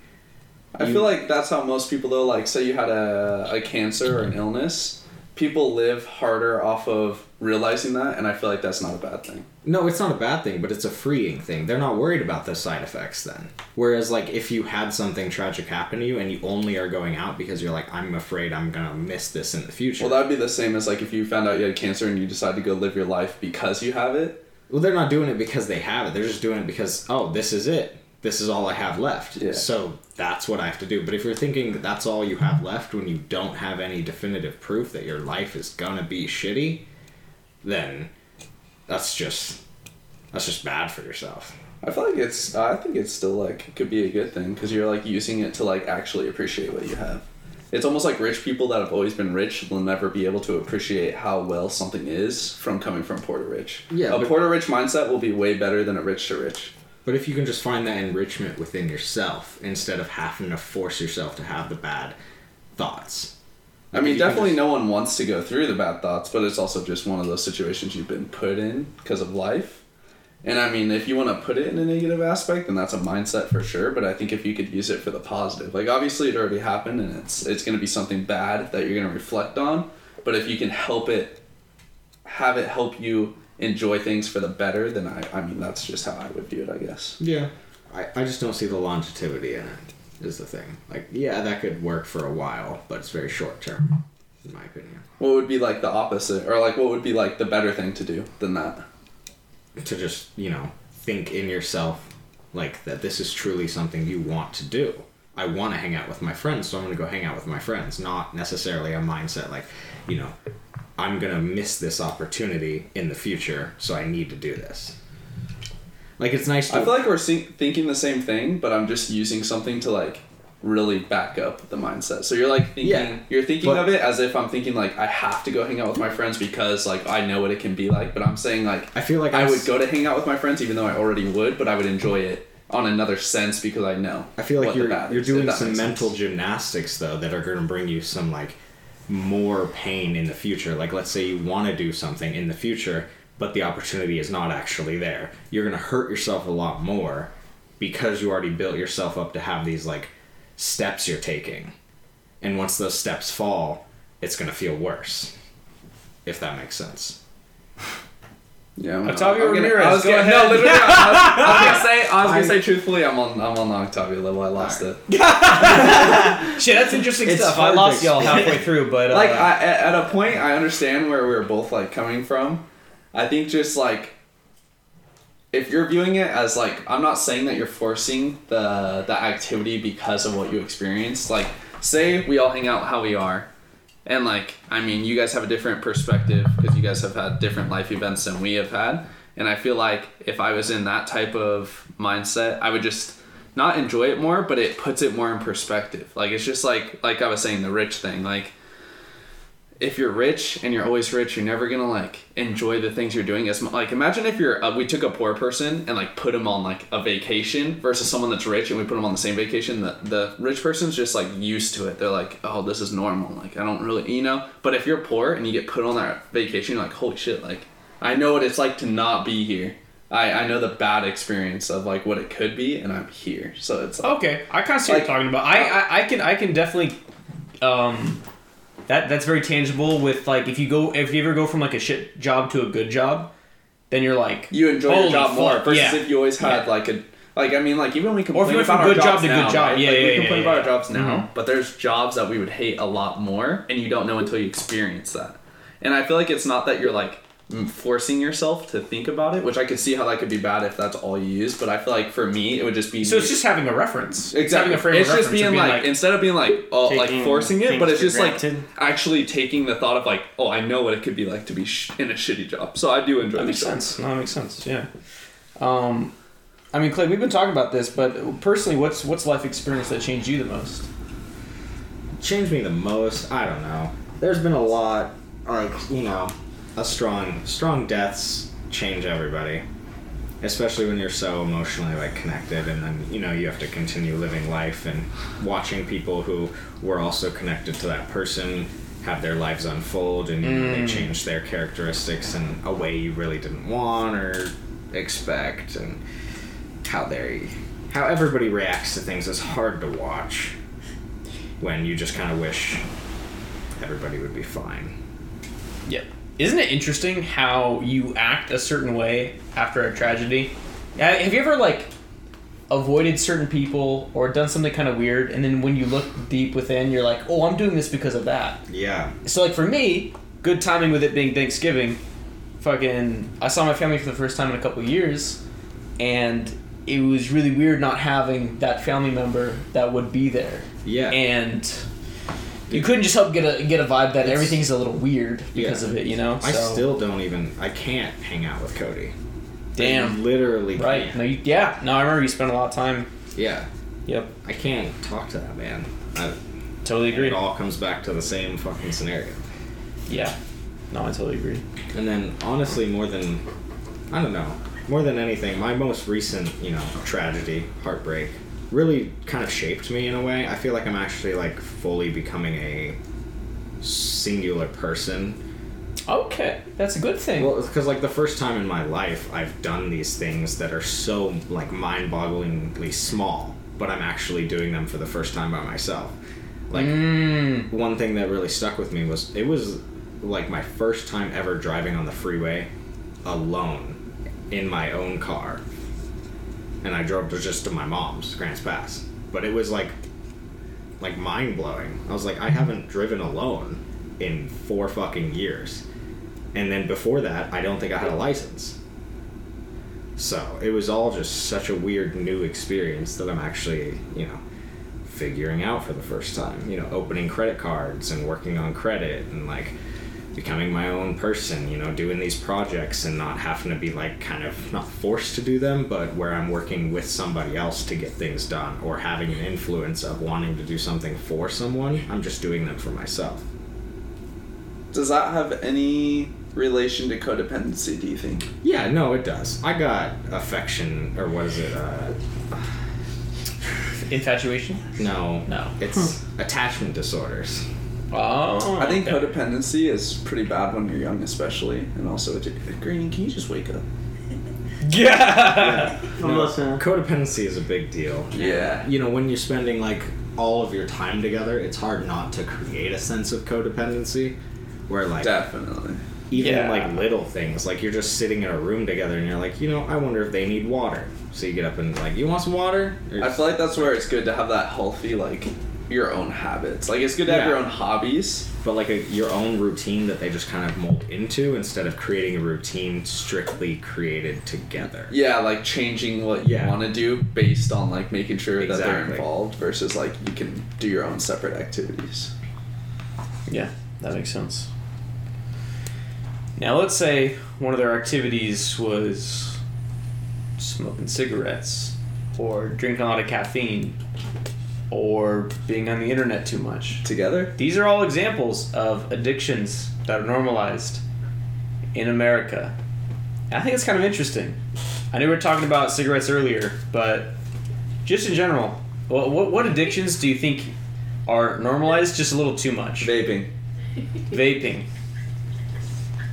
S7: I feel like that's how most people though, like say you had a, a cancer or an illness, people live harder off of realizing that. And I feel like that's not a bad thing.
S2: No, it's not a bad thing, but it's a freeing thing. They're not worried about those side effects then. Whereas, like, if you had something tragic happen to you and you only are going out because you're like, I'm afraid I'm gonna miss this in the future.
S7: Well, that'd be the same as like if you found out you had cancer and you decide to go live your life because you have it.
S2: well, they're not doing it because they have it. They're just doing it because, oh, this is it. This is all I have left.
S7: Yeah.
S2: So that's what I have to do. But if you're thinking that that's all you have left when you don't have any definitive proof that your life is gonna be shitty, then that's just that's just bad for yourself.
S7: I feel like it's. I think it's still like could be a good thing because you're like using it to like actually appreciate what you have. It's almost like rich people that have always been rich will never be able to appreciate how well something is from coming from poor to rich.
S2: Yeah,
S7: a
S2: but-
S7: poor to rich mindset will be way better than a rich to rich.
S2: But if you can just find that enrichment within yourself instead of having to force yourself to have the bad thoughts.
S7: I
S2: Like,
S7: mean,
S2: if you can
S7: definitely
S2: just-
S7: no one wants to go through the bad thoughts, but it's also just one of those situations you've been put in because of life. And I mean, if you want to put it in a negative aspect, then that's a mindset for sure. But I think if you could use it for the positive, like obviously it already happened, and it's it's going to be something bad that you're going to reflect on. But if you can help it, have it help you enjoy things for the better, then I I mean that's just how I would view it, I guess.
S2: Yeah. I, I just don't see the longevity in it, is the thing. Like, yeah, that could work for a while, but it's very short term, in my opinion.
S7: What would be like the opposite, or like what would be like the better thing to do than that?
S2: To just, you know, think in yourself, like, that this is truly something you want to do. I want to hang out with my friends, so I'm going to go hang out with my friends. Not necessarily a mindset like, you know, I'm going to miss this opportunity in the future, so I need to do this. Like, it's nice to.
S7: I feel like we're syn- thinking the same thing, but I'm just using something to like really back up the mindset. So you're like thinking,
S2: Yeah,
S7: you're thinking
S2: but-
S7: of it as if I'm thinking like I have to go hang out with my friends because like I know what it can be like. But I'm saying like
S2: I feel like
S7: I
S2: I'm
S7: would
S2: s-
S7: go to hang out with my friends even though I already would, but I would enjoy it on another sense because I know.
S2: I feel like
S7: what the
S2: you're
S7: bad
S2: you're
S7: is, if
S2: doing
S7: that
S2: some
S7: makes
S2: mental
S7: sense.
S2: gymnastics though that are going to bring you some like more pain in the future. Like, let's say you want to do something in the future, but the opportunity is not actually there. You're going to hurt yourself a lot more because you already built yourself up to have these, like, steps you're taking. And once those steps fall, it's going to feel worse, if that makes sense.
S1: Yeah, I'm-
S3: Octavio
S1: I'm gonna-
S3: Ramirez,
S1: I was
S3: go
S1: gonna,
S3: ahead.
S1: No, literally, I was, I was gonna say. I was gonna say truthfully, I'm on. I'm on the Octavio level. I lost it.
S3: Shit, that's interesting
S2: It's
S3: stuff. I
S2: hard to
S3: lost y'all halfway through, but uh,
S1: Like I, at, at a point, I understand where we were both like coming from. I think just like if you're viewing it as like I'm not saying that you're forcing the the activity because of what you experienced. Like say we all hang out how we are. And like, I mean, you guys have a different perspective because you guys have had different life events than we have had. And I feel like if I was in that type of mindset, I would just not enjoy it more, but it puts it more in perspective. Like it's just like like I was saying the rich thing. Like if you're rich and you're always rich, you're never gonna like enjoy the things you're doing as much. Like imagine if you're uh, we took a poor person and like put them on like a vacation versus someone that's rich and we put them on the same vacation. The the rich person's just like used to it. They're like, oh, this is normal. Like I don't really, you know. But if you're poor and you get put on that vacation, you're like holy shit, like I know what it's like to not be here. I I know the bad experience of like what it could be, and I'm here. So it's like,
S3: Okay, I kind of see what
S1: Like-
S3: you're talking about. I, I, I can I can definitely, um, that that's very tangible. With like, if you go if you ever go from like a shit job to a good job, then you're like
S1: you enjoy
S3: Holy
S1: your job
S3: fuck,
S1: more versus
S3: yeah.
S1: if you always had like a like I mean like even we complain
S3: Or if you went from
S1: about
S3: good
S1: our
S3: job
S1: jobs
S3: to good
S1: now,
S3: job.
S1: right?
S3: Yeah,
S1: like,
S3: yeah,
S1: we
S3: yeah,
S1: complain
S3: yeah,
S1: about
S3: yeah. Mm-hmm.
S1: our jobs now, but there's jobs that we would hate a lot more, and you don't know until you experience that. And I feel like it's not that you're like m- forcing yourself to think about it, which I could see how that could be bad if that's all you use. But I feel like for me, it would just be
S3: So
S1: me-
S3: it's just having a reference. It's
S1: Exactly.
S3: having a frame
S1: it's
S3: of
S1: just
S3: reference
S1: being,
S3: of
S1: like, instead of being like oh like
S6: Taking
S1: forcing it, but it's
S6: things for
S1: just like
S6: granted.
S1: actually taking the thought of like oh I know what it could be like to be sh- in a shitty job. So I do enjoy.
S3: That makes
S1: these jobs.
S3: sense. No, that makes sense. Yeah. Um, I mean, Clay, we've been talking about this, but personally, what's what's life experience that changed you the most?
S2: changed me the most i don't know there's been a lot like you know a strong strong deaths change everybody especially when you're so emotionally like connected and then you know you have to continue living life and watching people who were also connected to that person have their lives unfold and you know, they change their characteristics in a way you really didn't want or expect and how they how everybody reacts to things is hard to watch when you just kind of wish everybody would be fine.
S3: Yeah. Isn't it interesting how you act a certain way after a tragedy? Uh, Have you ever like avoided certain people or done something kind of weird, and then when you look deep within, you're like, "Oh, I'm doing this because of that."
S2: Yeah.
S3: So like for me, good timing with it being Thanksgiving. Fucking, I saw my family for the first time in a couple of years, and it was really weird not having that family member that would be there.
S2: Yeah.
S3: And you couldn't just help get a get a vibe that
S2: It's-
S3: everything's a little weird because
S2: Yeah.
S3: of it, you know.
S2: I
S3: So-
S2: still don't even. I can't hang out with Cody. I
S3: damn
S2: literally.
S3: right.
S2: can't.
S3: No, you, yeah. No, I remember you spent a lot of time.
S2: Yeah.
S3: Yep,
S2: I can't talk to that man. I,
S3: totally
S2: it
S3: agree.
S2: all comes back to the same fucking scenario.
S3: Yeah. No, I totally agree.
S2: And then, honestly, more than. I don't know. More than anything, my most recent, you know, tragedy, heartbreak, really kind of shaped me in a way. I feel like I'm actually, like, fully becoming a singular person
S3: Okay, that's a good thing.
S2: Well, because like the first time in my life, I've done these things that are so like mind-bogglingly small, but I'm actually doing them for the first time by myself. Like
S3: Mm.
S2: one thing that really stuck with me was it was like my first time ever driving on the freeway alone in my own car, and I drove to just to my mom's Grants Pass, but it was like like mind blowing. I was like, I haven't driven alone in four fucking years. And then before that, I don't think I had a license. So it was all just such a weird new experience that I'm actually, you know, figuring out for the first time. You know, opening credit cards and working on credit and like becoming my own person, you know, doing these projects and not having to be like kind of not forced to do them, but where I'm working with somebody else to get things done or having an influence of wanting to do something for someone. I'm just doing them for myself.
S1: Does that have any relation to codependency, do you think?
S2: Yeah, no, it does. I got affection, or what is it? Uh,
S3: Infatuation.
S2: no,
S3: No.
S6: Hmm.
S2: it's attachment disorders.
S8: Oh,
S7: I think
S8: okay.
S7: codependency is pretty bad when you're young, especially, and also it's Green. Can you just wake up?
S8: Yeah.
S6: I'm listening.
S2: Codependency is a big deal.
S7: Yeah.
S2: You know, when you're spending like all of your time together, it's hard not to create a sense of codependency. Where like
S7: Definitely.
S2: even
S8: Yeah.
S2: like little things, like you're just sitting in a room together and you're like, you know, I wonder if they need water. So you get up and like, you want some water? Or-
S7: I feel like that's where it's good to have that healthy, like, your own habits. Like, it's good to have
S2: Yeah.
S7: your own hobbies.
S2: but like a, your own routine that they just kind of mold into instead of creating a routine strictly created together.
S7: Yeah, like changing what you
S2: Yeah.
S7: want to do based on like making sure that they're
S2: Exactly.
S7: involved versus like you can do your own separate activities.
S3: Yeah, that makes sense. Now, let's say one of their activities was smoking cigarettes, or drinking a lot of caffeine, or being on the internet too much.
S7: Together?
S3: These are all examples of addictions that are normalized in America. And I think it's kind of interesting. I knew we were talking about cigarettes earlier, but just in general, what, what, what addictions do you think are normalized just a little too much?
S7: Vaping.
S3: Vaping.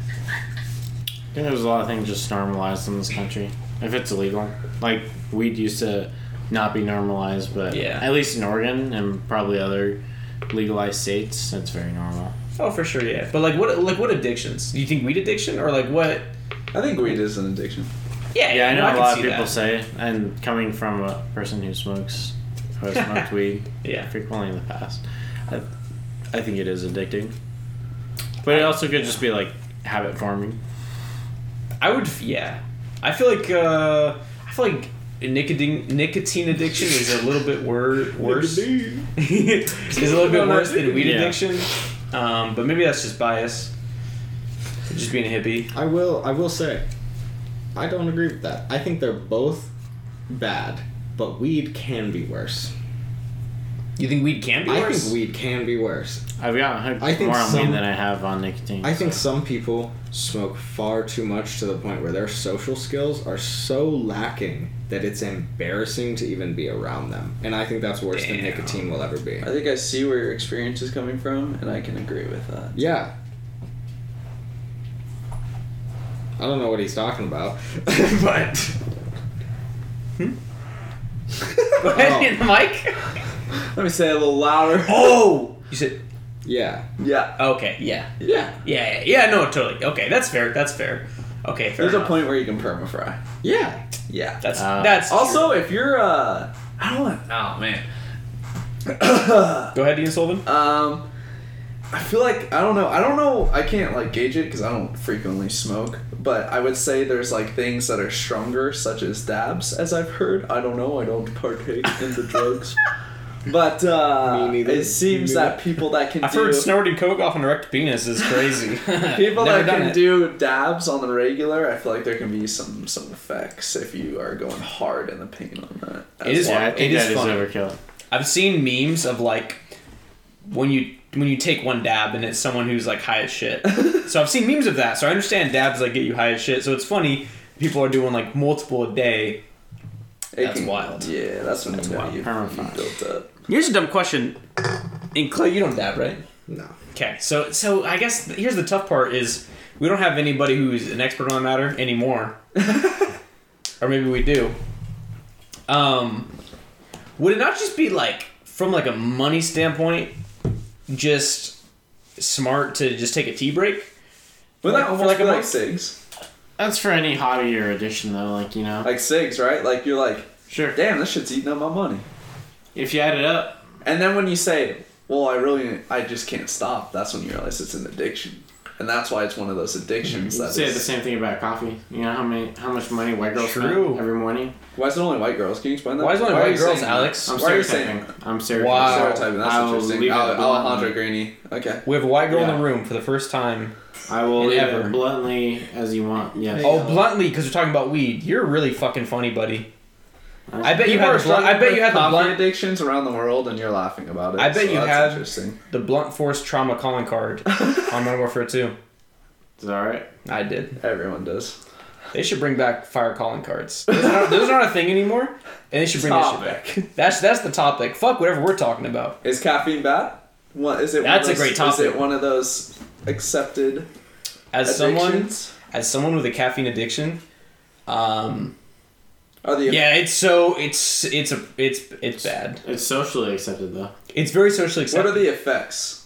S6: I think there's a lot of things just normalized in this country. If it's illegal, like weed used to not be normalized, but
S3: Yeah.
S6: at least in Oregon and probably other legalized states, that's very normal.
S3: Oh, for sure, yeah. But like, what like what addictions? Do you think weed addiction or like what?
S7: I think weed is an addiction.
S3: Yeah,
S6: Yeah, I know
S3: no,
S6: a
S3: can
S6: lot of
S3: see
S6: people
S3: that.
S6: say, and coming from a person who smokes, who has smoked weed
S3: Yeah.
S6: frequently in the past, I, I think it is addicting. But it also could just be like habit forming.
S3: I would, yeah. I feel like uh, I feel like nicotine nicotine addiction is a little bit wor- worse. is a little bit worse than weed
S6: Yeah.
S3: addiction, um, but maybe that's just bias. Just being a hippie.
S2: I will. I will say, I don't agree with that. I think they're both bad, but weed can be worse.
S3: You think weed can be
S2: I
S3: worse?
S2: think weed can be worse.
S6: I've got hooked
S2: I think
S6: more on
S2: some-
S6: weed than I have on nicotine.
S2: I think some people smoke far too much to the point where their social skills are so lacking that it's embarrassing to even be around them. And I think that's worse
S3: Damn.
S2: than nicotine will ever be.
S7: I think I see where your experience is coming from, and I can agree with that.
S2: Yeah. I don't know what he's talking about.
S3: but. Go ahead,
S2: Oh.
S3: hit the mic.
S7: Let me say it a little louder.
S3: Oh, you said
S2: Yeah.
S7: Yeah.
S3: okay. Yeah.
S7: Yeah.
S3: Yeah. Yeah. yeah no. Totally. Okay. That's fair. That's fair. Okay. Fair
S7: There's a
S3: enough.
S7: point where you can permafry.
S2: Yeah.
S7: Yeah.
S3: That's
S6: Uh,
S3: that's
S7: also, if you're uh, I don't want. Oh man.
S3: true. Go ahead, Ian Sullivan.
S7: Um, I feel like I don't know. I don't know. I can't like gauge it because I don't frequently smoke. But I would say there's like things that are stronger, such as dabs, as I've heard. I don't know. I don't partake in the drugs. But uh,
S2: Me neither.
S7: it seems
S2: Me
S7: that people that can
S3: I've
S7: do
S3: heard snorting coke off an erect penis is crazy.
S7: people
S3: Never
S7: that
S3: done
S7: can
S3: it.
S7: do dabs on the regular, I feel like there can be some some effects if you are going hard in the pain on that.
S3: It is-
S7: As
S6: yeah, I
S7: well.
S6: think
S3: it is
S6: that is
S3: fun.
S6: overkill.
S3: I've seen memes of like when you when you take one dab and it's someone who's like high as shit. so I've seen memes of that. So I understand dabs like get you high as shit. So it's funny people are doing like multiple a day.
S7: It
S3: That's wild.
S7: Yeah, that's when you know
S3: wild.
S7: you, you
S6: Permafrost.
S7: built up.
S3: Here's a dumb question. In Clay, you don't dab, right?
S2: No.
S3: Okay, so so I guess th- here's the tough part is we don't have anybody who's an expert on the matter anymore, or maybe we do. Um, would it not just be like from like a money standpoint, just smart to just take a tea break?
S7: But
S3: Like,
S7: that
S3: for
S7: almost
S3: like a
S7: be like
S3: month?
S7: cigs.
S6: That's for any hobby or addiction, though. Like you know,
S7: Like cigs, right? Like you're like,
S6: sure.
S7: damn, this shit's eating up my money.
S6: If you add it up,
S7: And then when you say, well, I really, I just can't stop. That's when you realize it's an addiction, and that's why it's one of those addictions
S6: you
S7: that
S6: say the
S7: is.
S6: same thing about coffee. You know how many, how much money white girls
S3: True.
S6: spend every morning.
S7: Why is it only white girls? Can you explain that?
S3: Why is it only
S7: are
S3: white
S7: you
S3: girls,
S7: saying that?
S3: Alex?
S6: I'm
S7: Why are you
S6: stereotyping. I'm stereotyping.
S3: Wow.
S7: Stereotyping. That's
S6: I'll
S7: interesting.
S6: leave it
S7: Ale-
S6: bluntly.
S7: Alejandro Greeny. Okay.
S3: We have a white girl in
S6: Yeah.
S3: the room for the first time.
S6: I will leave
S3: Ever.
S6: it bluntly as you want. Yes.
S3: Oh, bluntly, because we're talking about weed. You're really fucking funny, buddy. I bet you
S7: People
S3: had
S7: are
S3: the blunt. I
S7: struggling
S3: bet
S7: with
S3: you had the
S7: coffee
S3: blunt.
S7: addictions around the world, and you're laughing about it.
S3: I bet
S7: so
S3: you
S7: that's
S3: have-
S7: Interesting.
S3: the blunt force trauma calling card on Modern Warfare 2.
S6: It's all right.
S3: I did.
S7: Everyone does.
S3: They should bring back fire calling cards. Those are not, those are not a thing anymore, and they should bring this shit back. That's that's the topic. Fuck whatever we're talking about.
S7: Is caffeine bad? What is it?
S3: That's
S7: one
S3: a
S7: of those-
S3: great topic.
S7: Is it one of those accepted
S3: As someone,
S7: addictions?
S3: as someone with a caffeine addiction, um,
S7: Are the
S3: yeah, it's so it's it's a it's it's bad.
S6: It's socially accepted though.
S3: It's very socially
S7: What are
S3: accepted.
S7: the effects?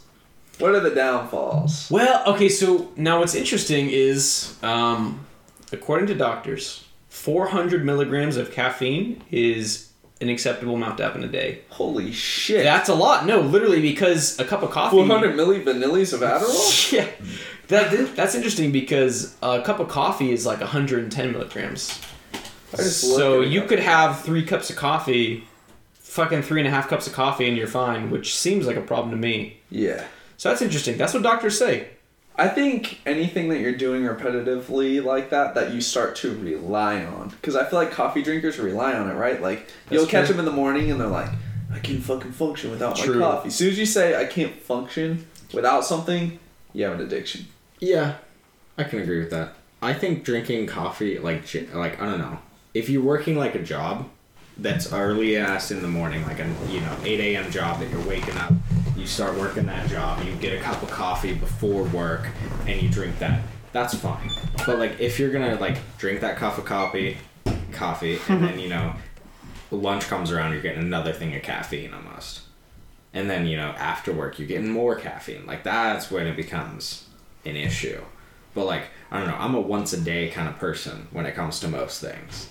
S7: What are the downfalls?
S3: Well, okay, so now what's interesting is, um, according to doctors, 400 milligrams of caffeine is an acceptable amount to have in a day.
S7: Holy shit!
S3: That's a lot. No, literally, because a cup of coffee.
S7: 400 milli vanillis of Adderall.
S3: Yeah, that that's interesting because a cup of coffee is like 110 milligrams.
S7: I just
S3: So
S7: looked at
S3: you
S7: it.
S3: could have three cups of coffee, fucking three and a half cups of coffee, and you're fine, which seems like a problem to me.
S7: Yeah.
S3: So that's interesting. That's what doctors say.
S7: I think anything that you're doing repetitively like that, that you start to rely on. Because I feel like coffee drinkers rely on it, right? Like, you'll catch them in the morning and they're like, I can't fucking function without
S3: True.
S7: my coffee. As soon as you say, I can't function without something, you have an addiction.
S2: Yeah, I can agree with that. I think drinking coffee, like, j- like I don't know, if you're working like a job that's early ass in the morning, like a you know eight a.m. job that you're waking up, you start working that job, you get a cup of coffee before work, and you drink that. That's fine. But like, if you're gonna like drink that cup of coffee, coffee, and then you know, lunch comes around, you're getting another thing of caffeine almost. And then, you know, after work, you're getting more caffeine. Like, that's when it becomes an issue. But, like, I don't know, I'm a once a day kind of person when it comes to most things.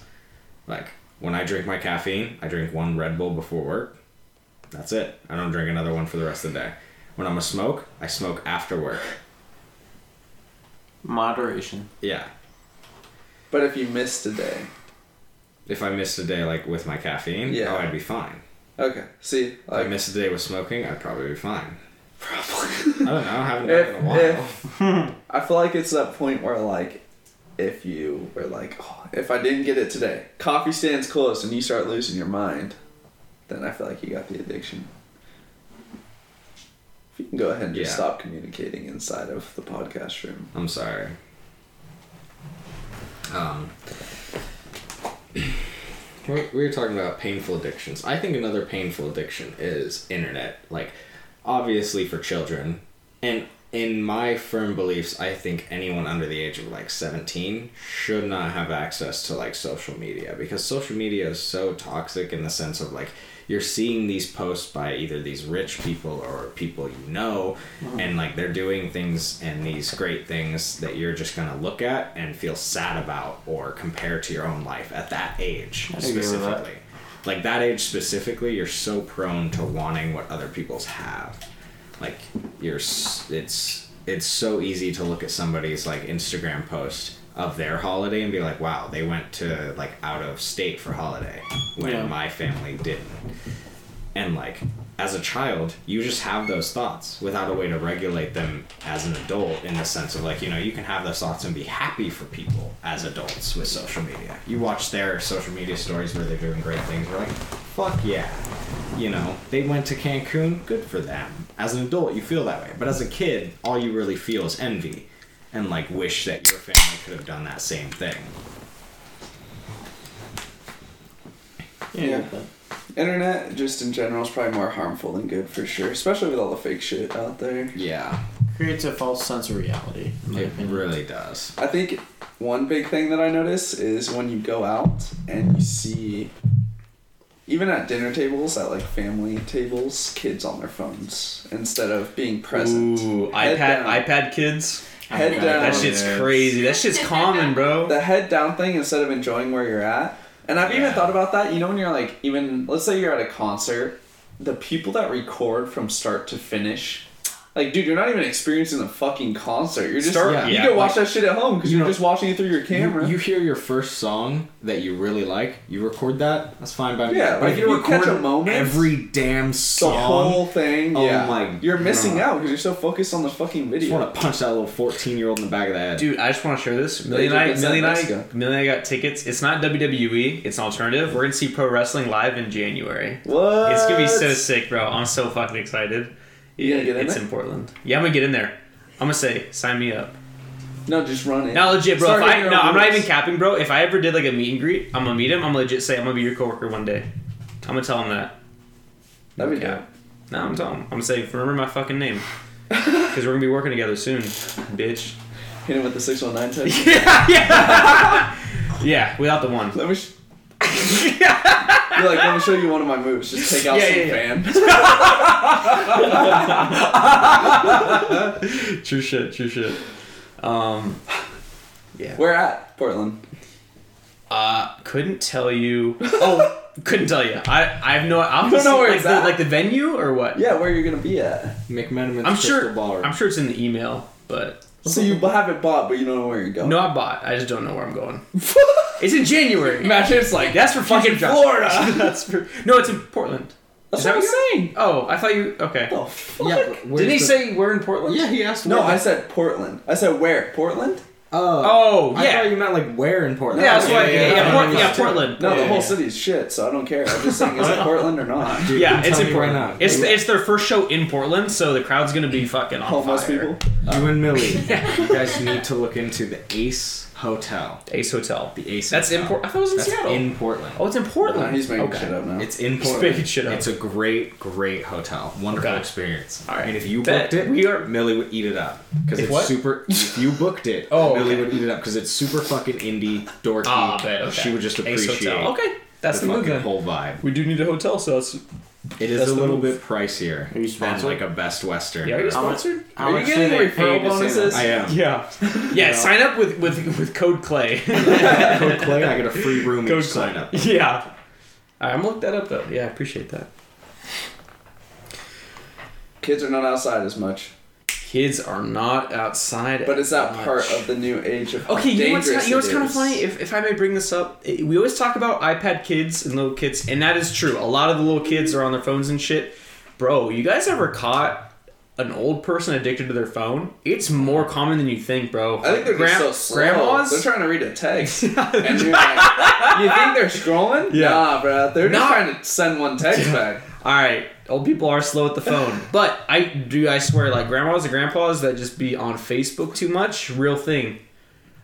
S2: Like, when I drink my caffeine, I drink one Red Bull before work. That's it. I don't drink another one for the rest of the day. When I'm a smoke, I smoke after work.
S6: Moderation.
S2: Yeah.
S7: But if you missed a day,
S2: If I missed a day, like, with my caffeine,
S7: Yeah.
S2: oh, I'd be fine.
S7: okay, see,
S2: If I
S7: like,
S2: missed a day with smoking, I'd probably be fine. I
S7: probably.
S2: don't know. I haven't done it in a while.
S7: if, if, I feel like it's that point where, like, if you were like, oh, if I didn't get it today, coffee stands close and you start losing your mind, then I feel like you got the addiction. If you can go ahead and just
S2: Yeah.
S7: stop communicating inside of the podcast room.
S2: I'm sorry. Um, we we were talking about painful addictions. I think another painful addiction is internet. Like, obviously for children, and in my firm beliefs, I think anyone under the age of like 17 should not have access to like social media because social media is so toxic in the sense of like you're seeing these posts by either these rich people or people you know and like they're doing things and these great things that you're just going to look at and feel sad about or compare to your own life at that age
S6: I agree with that.
S2: specifically like that age specifically you're so prone to wanting what other people's have like you're s- it's it's so easy to look at somebody's like instagram post of their holiday and be like wow they went to like out of state for holiday when
S6: Yeah.
S2: my family didn't and like as a child you just have those thoughts without a way to regulate them as an adult in the sense of like you know you can have those thoughts and be happy for people as adults with social media you watch their social media stories where they're doing great things you're like fuck yeah you know they went to cancun good for them as an adult you feel that way but as a kid all you really feel is envy and like wish that your family could have done that same thing
S6: Yeah.
S7: Yeah. Internet, just in general, is probably more harmful than good for sure, especially with all the fake shit out there.
S2: yeah
S6: Creates a false sense of reality. In my
S2: it
S6: opinion.
S2: really does
S7: I think one big thing that I notice is when you go out and you see, even at dinner tables, at like family tables, kids on their phones instead of being present.
S3: Ooh,
S7: Head
S3: iPad
S7: down.
S3: iPad kids.
S7: Head down.
S3: Oh That shit's crazy. That shit's common, bro.
S7: the head down thing instead of enjoying where you're at. And I've even
S2: Yeah.
S7: thought about that. You know, when you're like, even let's say you're at a concert, the people that record from start to finish. Like, dude, you're not even experiencing the fucking concert. You're just
S3: Start-
S7: you
S3: yeah,
S7: can watch that shit at home because
S2: you
S7: you're
S2: know,
S7: just watching it through your camera.
S2: You, you hear your first song that you really like, you record that. That's fine by me.
S7: Yeah,
S2: but
S7: like,
S2: if
S7: you
S2: you
S7: catch
S2: record
S7: a moment,
S2: every damn
S7: the
S2: song,
S7: whole thing.
S2: Oh
S7: yeah.
S2: my
S7: You're missing
S2: God.
S7: out because you're so focused on the fucking
S2: I just
S7: video.
S2: want to punch that little fourteen-year-old in the back of the head.
S3: Dude, I just want to share this. Millie and
S7: did
S3: I,
S7: this at
S3: Millie and I,
S7: Mexico.
S3: Millie and I got tickets. It's not WWE. It's an alternative. We're gonna see pro wrestling live in January.
S7: what?
S3: It's gonna be so sick, bro. I'm so fucking excited.
S7: You gonna get in
S3: it's
S7: there?
S3: in Portland. Yeah, I'm gonna get in there. I'm gonna say, sign me up.
S7: No, just run it.
S3: No, legit, bro.
S7: Start
S3: if I,
S7: hitting
S3: no,
S7: your own
S3: I'm not
S7: rules.
S3: even capping, bro. If I ever did like a meet and greet, I'm gonna meet him. I'm gonna legit say I'm gonna be your coworker one day. I'm gonna tell him that.
S7: That'd be
S3: Okay.
S7: dope.
S3: No, I'm telling. I'm gonna say, remember my fucking name, because we're gonna be working together soon, bitch.
S7: Hit him with the oh 619 text.
S3: yeah, yeah, yeah. Without the one.
S7: Let me. Sh- You're like, let me show you one of my moves. Just take out
S3: Yeah,
S7: some
S3: yeah, yeah.
S7: fan.
S3: True shit. True shit. Um,
S7: Where at? Portland.
S3: uh, couldn't tell you. Oh, couldn't tell you. I, I have no. I'm
S7: You don't know where
S3: like
S7: it's
S3: the,
S7: at?
S3: like the venue or what?
S7: Yeah, where you're gonna be at.
S2: McMenamin's
S3: I'm
S2: Crystal
S3: sure.
S2: Ball Room.
S3: I'm sure it's in the email, but
S7: So you have it bought, but you don't know where you're going.
S3: no, I bought. I just don't know where I'm going. it's in January.
S7: Imagine it's like
S3: That's for fucking
S7: in
S3: Josh.
S7: Florida.
S3: That's for no. It's in Portland.
S7: That's
S3: Is that
S7: what I'm
S3: what-
S7: saying.
S3: Oh, I thought you. Okay.
S7: The fuck?
S2: Yeah, but where's
S3: Didn't he
S2: the-
S3: say we're in Portland?
S2: Yeah, he asked.
S7: No,
S2: where
S7: I
S2: the-
S7: said Portland. I said where? Portland?
S2: Oh,
S3: Oh,
S2: I
S3: yeah.
S2: thought you meant like where in Portland.
S3: Yeah, that's
S9: yeah,
S3: why. Yeah,
S9: yeah,
S3: yeah,
S9: yeah,
S3: Port-
S9: yeah,
S3: yeah,
S9: yeah.
S3: Portland.
S7: No, the
S9: Yeah,
S7: whole
S9: yeah.
S7: city's shit, so I don't care. I'm just saying, is it Portland or not?
S2: Dude,
S3: yeah,
S2: you
S3: it's
S2: tell
S3: in
S2: me right
S3: Portland.
S2: now.
S3: it's it's their first show in Portland, so the crowd's gonna be fucking on
S7: Homeless
S3: fire.
S7: people.
S2: Uh, You and Millie, you guys need to look into the Ace Hotel.
S3: Ace Hotel.
S2: The Ace.
S3: That's in
S2: Hotel.
S3: Port. I thought it was in
S2: That's
S3: Seattle.
S2: in Portland.
S3: oh, it's in Portland.
S7: No, he's making
S3: okay.
S7: shit up now.
S2: It's in
S3: He's
S2: Portland.
S3: making shit up.
S2: It's a great, great hotel. Wonderful
S3: Okay.
S2: experience.
S3: All right.
S2: And if you
S3: Bet.
S2: booked it,
S3: We are-
S2: Millie would eat it up because
S3: If
S2: it's
S3: what?
S2: super. If you booked it,
S3: Oh,
S2: Millie
S3: okay.
S2: would eat it up because it's super fucking indie, dorky.
S3: Ah, bet, okay.
S2: She would just
S3: Ace
S2: appreciate
S3: Hotel. Okay, that's
S2: the
S3: the, move
S2: fucking
S3: then.
S2: whole vibe.
S3: We do need a hotel, so that's.
S2: It is
S3: That's
S2: a
S3: the
S2: little
S3: move.
S2: bit pricier
S6: Are you
S2: than
S6: sponsored?
S2: like a Best Western.
S3: Yeah, are you
S6: How much-
S3: sponsored?
S6: How
S7: Are you
S6: much do
S7: getting
S6: they
S7: referral
S6: pay to say
S7: bonuses?
S6: that?
S2: I am.
S3: Yeah. Yeah. Sign up with with with code Clay.
S2: Code Clay, I get a free room
S3: Code
S2: each sign up.
S3: yeah. All right, I'm gonna look that up though. Yeah, I appreciate that.
S7: Kids are not outside as much.
S3: Kids are not outside.
S7: But it's that
S3: much.
S7: part of the new age of
S3: Okay, you know what's,
S7: dangerous
S3: you know what's
S7: it
S3: kind of
S7: is.
S3: funny? If, if I may bring this up, eh, we always talk about iPad kids and little kids, and that is true. A lot of the little kids are on their phones and shit. Bro, you guys ever caught an old person addicted to their phone? It's more common than you think, bro.
S7: I think they're
S3: Gran-
S7: just so slow.
S3: Grandmas?
S7: They're trying to read a text. and you're like, you think they're scrolling?
S3: Yeah.
S7: Nah, bro. They're just
S3: Nah.
S7: trying to send one text back.
S3: All right, old people are slow at the phone, but I do. I swear, like grandmas and grandpas that just be on Facebook too much, real thing.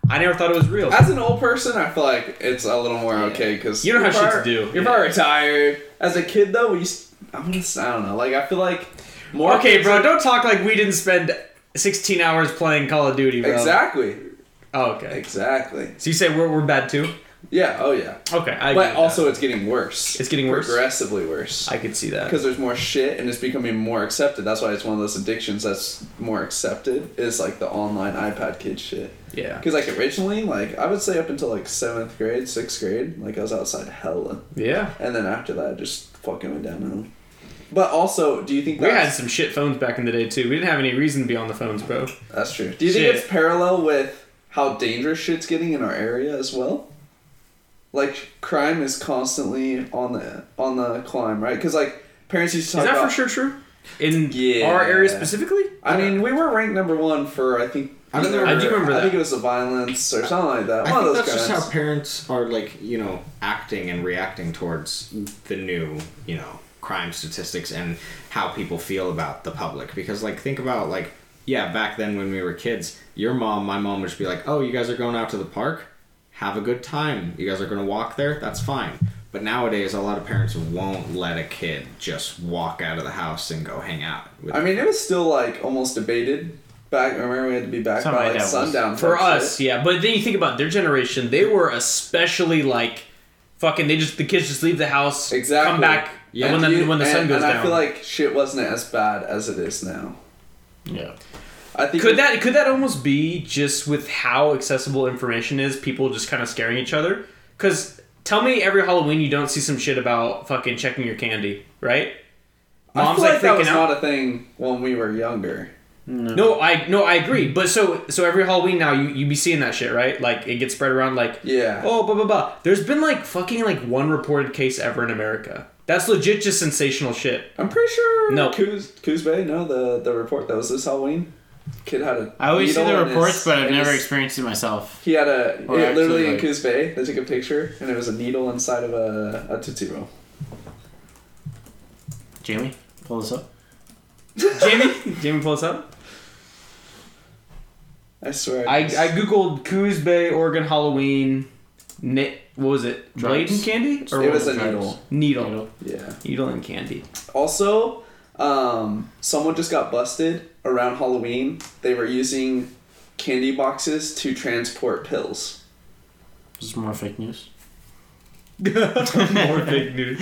S3: I never thought it was real.
S7: As an old person, I feel like it's a little more okay because
S3: You don't have shit to do.
S7: You're probably retired. As a kid, though, we used, I'm just, I don't know. Like, I feel like more.
S3: Okay,
S7: kids
S3: bro,
S7: are-
S3: don't talk like we didn't spend 16 hours playing Call of Duty, bro.
S7: Exactly.
S3: Oh, okay.
S7: Exactly.
S3: So you say we're, we're bad too?
S7: Yeah. Oh, yeah.
S3: Okay. I agree
S7: But
S3: with
S7: also, it's getting worse.
S3: It's getting worse?
S7: Progressively worse.
S3: that. I could see that.
S7: because there's more shit and it's becoming more accepted. That's why it's one of those addictions that's more accepted is like the online iPad kid shit.
S3: Yeah.
S7: Because like originally, like I would say up until like seventh grade, sixth grade, like I was outside hella,
S3: Yeah.
S7: and then after that, I just fucking went downhill. But also, do you think
S3: We had
S7: that's,
S3: some shit phones back in the day too. We didn't have any reason to be on the phones, bro.
S7: that's true? Do you
S3: Shit.
S7: think it's parallel with how dangerous shit's getting in our area as well? Like crime is constantly on the on the climb, right? Because like parents used to talk
S3: Is that
S7: about
S3: for sure true? In
S7: Yeah.
S3: our area specifically?
S7: I mean, we were ranked number one for I think.
S2: I don't know.
S3: I do remember
S7: I think
S3: that.
S7: it was the violence or something like that.
S2: I
S7: One
S2: think
S7: of those
S2: that's
S7: guys.
S2: just how parents are like, you know, acting and reacting towards the new, you know, crime statistics and how people feel about the public. Because like think about like yeah, back then when we were kids, your mom, my mom would just be like, Oh, you guys are going out to the park? Have a good time. You guys are gonna walk there, that's fine. But nowadays a lot of parents won't let a kid just walk out of the house and go hang out with
S7: I mean, it was still like almost debated back. I remember we had to be back
S6: Some
S7: by
S6: of
S7: like
S6: that was-
S7: sundown
S3: For
S7: type
S3: us,
S7: shit.
S3: yeah. But then you think about their generation, they were especially like fucking they just the kids just leave the house,
S7: Exactly.
S3: come back
S2: Yeah,
S3: when the
S7: You-
S3: when the
S7: and,
S3: sun goes
S7: and
S3: down.
S7: I feel like shit wasn't as bad as it is now.
S6: Yeah.
S7: I think
S3: Could that could that almost be just with how accessible information is? People just kind of scaring each other. Because tell me, every Halloween you don't see some shit about fucking checking your candy, right?
S7: I
S3: Mom's
S7: feel
S3: like,
S7: like that
S3: freaking
S7: was
S3: out.
S7: not a thing when we were younger.
S3: no, I no, I agree. But so so every Halloween now you you be seeing that shit, right? Like it gets spread around like
S7: Yeah.
S3: oh blah blah blah. There's been like fucking like one reported case ever in America. That's legit just sensational shit.
S7: I'm pretty sure.
S3: No.
S7: Coos Coos Bay. No, the the report that was this Halloween. Kid had a.
S6: I always see
S7: needle
S6: the
S7: in his-
S6: reports, but I've
S7: in
S6: never
S7: his-
S6: experienced it myself.
S7: He had a
S3: Oh,
S6: Or
S7: it, literally
S6: actually,
S7: in
S6: like-
S7: Coos Bay. They took a picture, and it was a needle inside of a, a tootsie roll.
S6: Jamie, pull this up.
S3: Jamie, Jamie, pull us up.
S7: I swear.
S3: I,
S7: just-
S3: I googled Coos Bay, Oregon Halloween. Ni- what was it?
S6: Drugs.
S3: Blade and candy?
S7: it was
S3: what
S7: a needle.
S3: needle?
S6: You know?
S7: Yeah.
S3: Needle and candy.
S7: Also, Um, someone just got busted around Halloween. They were using candy boxes to transport pills.
S6: Just more fake news.
S3: More big news.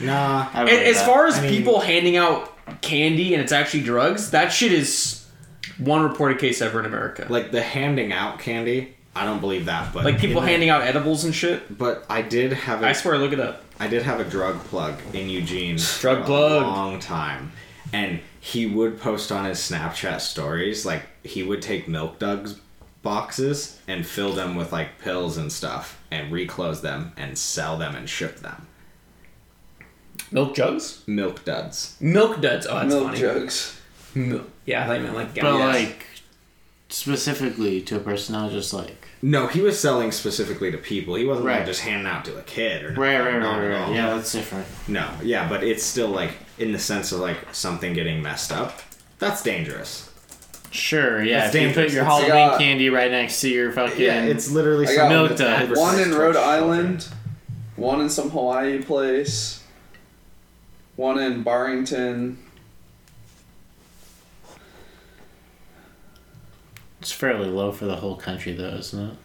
S2: Nah.
S6: I
S3: And
S6: believe
S3: as
S6: that.
S3: far as
S2: I mean-
S3: people handing out candy and it's actually drugs, that shit is one reported case ever in America. Like,
S2: Like the handing out candy, I don't believe that. But
S3: people
S2: in the-
S3: handing out edibles and shit.
S2: But I did have a
S3: I swear, look it up.
S2: I did have a drug plug in Eugene.
S3: Drug
S2: for
S3: plug.
S2: A long time. And he would post on his Snapchat stories, like, he would take Milk Dug's boxes and fill them with, like, pills and stuff and reclose them and sell them and ship them.
S3: Milk jugs?
S2: Milk Duds.
S3: Milk duds. Oh, that's
S7: Milk
S3: funny.
S7: jugs.
S3: Mil- yeah, I thought you meant like
S6: But
S3: gas.
S6: like specifically to a person, not just like
S2: No, he was selling specifically to people. He wasn't like,
S6: Right.
S2: just handing out to a kid or
S6: right, right,
S2: not at
S6: right, right, right.
S2: all.
S6: Yeah, that's different.
S2: No, yeah, but it's still like in the sense of like something getting messed up. That's dangerous.
S6: Sure, yeah.
S2: That's
S6: if you
S2: dangerous.
S6: put your
S2: It's
S6: Halloween
S7: got-
S6: candy right next to your fucking
S2: Yeah, it's literally
S7: I got
S2: something
S6: Milk
S2: that's
S6: Duds.
S2: advertised
S7: One in
S2: towards
S7: Rhode
S2: children.
S7: Island, one in some Hawaii place, one in Barrington.
S6: it's fairly low for the whole country though, isn't it?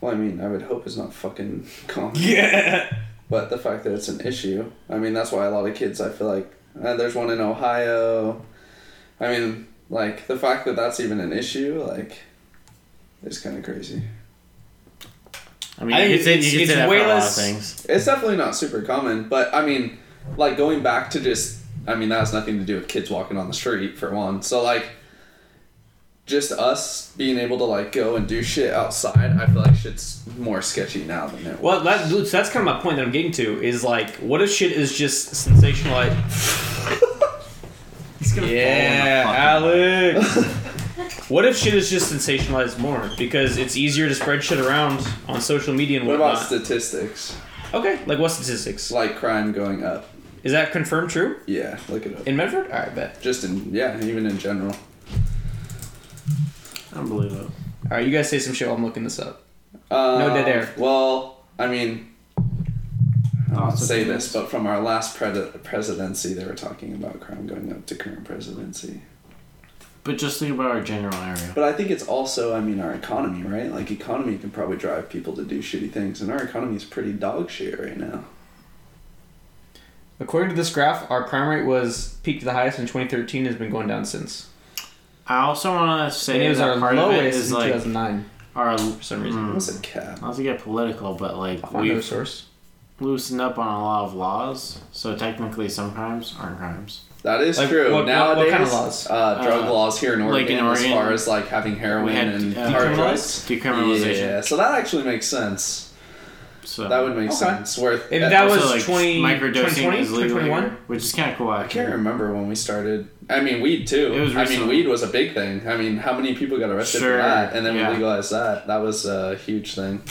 S7: Well, I mean, I would hope it's not fucking common.
S3: yeah.
S7: But the fact that it's an issue, I mean, that's why a lot of kids, I feel like, uh, there's one in Ohio. I mean, like, the fact that that's even an issue, like, is kind of crazy.
S6: I mean,
S3: I think
S6: you could say,
S3: it's-
S6: you could
S3: it's
S6: say that
S3: way
S6: for a lot of
S3: less-
S6: things.
S7: It's definitely not super common, but I mean, like, going back to just, I mean, that has nothing to do with kids walking on the street, for one. So, like, just us being able to, like, go and do shit outside, I feel like shit's more sketchy now than it was.
S3: Well, that, dude, so that's kind of my point that I'm getting to is like, what if shit is just sensationalized?
S2: It's gonna fall on the fucking-
S3: Yeah, Alex. what if shit is just sensationalized more because it's easier to spread shit around on social media and
S7: What about
S3: whatnot?
S7: statistics?
S3: okay, like what statistics?
S7: Like, crime going up.
S3: Is that confirmed true
S7: Yeah, look it up.
S3: in Medford? All right, bet.
S7: Just in, yeah, even in general.
S6: I don't believe it.
S3: All right, you guys say some shit. while I'm looking this up.
S7: Um,
S3: dead air.
S7: Well, I mean, I
S6: Oh,
S7: don't
S6: so
S7: say
S6: who
S7: this, but from our last pres- presidency, they were talking about crime going up to current presidency.
S6: But just think about our general area.
S7: But I think it's also, I mean, our economy, right? Like, economy can probably drive people to do shitty things, and our economy is pretty dog shit right now.
S3: According to this graph, our crime rate was peaked at the highest in 2013. Has been going down since.
S6: I also want to
S3: And
S6: say
S3: it was
S6: that
S3: our
S6: part of it
S3: lowest
S6: is
S3: in
S6: like
S3: 2009
S6: our. hmm,
S3: for some reason.
S7: What's a cap?
S6: Not to get political, but like
S3: Find another
S6: we've
S3: source.
S6: loosened up on a lot of laws, so technically some crimes aren't crimes.
S7: That is
S3: Like,
S7: true.
S3: what- what- what
S7: Nowadays,
S3: kind of laws?
S7: Uh, drug
S6: Uh,
S7: laws here in Oregon,
S6: like in
S7: as
S6: Oregon,
S7: far as like having heroin
S6: we had
S7: and
S6: uh,
S7: hard
S3: decriminalized?
S7: drugs.
S6: Decriminalization.
S7: Yeah, so that actually makes sense.
S6: So
S7: That would make
S3: Okay.
S7: sense. Worth.
S3: If that was
S6: also,
S3: 20
S6: microdosing
S3: 2020,
S6: is legal,
S3: 2021?
S6: here, which is kind of cool.
S7: I
S6: Actually.
S7: can't remember when we started. I mean, weed too.
S6: It was
S7: I mean,
S6: recently.
S7: weed was a big thing. I mean, how many people got arrested
S6: Sure,
S7: for that? And then
S6: yeah.
S7: we legalized that. That was a huge thing.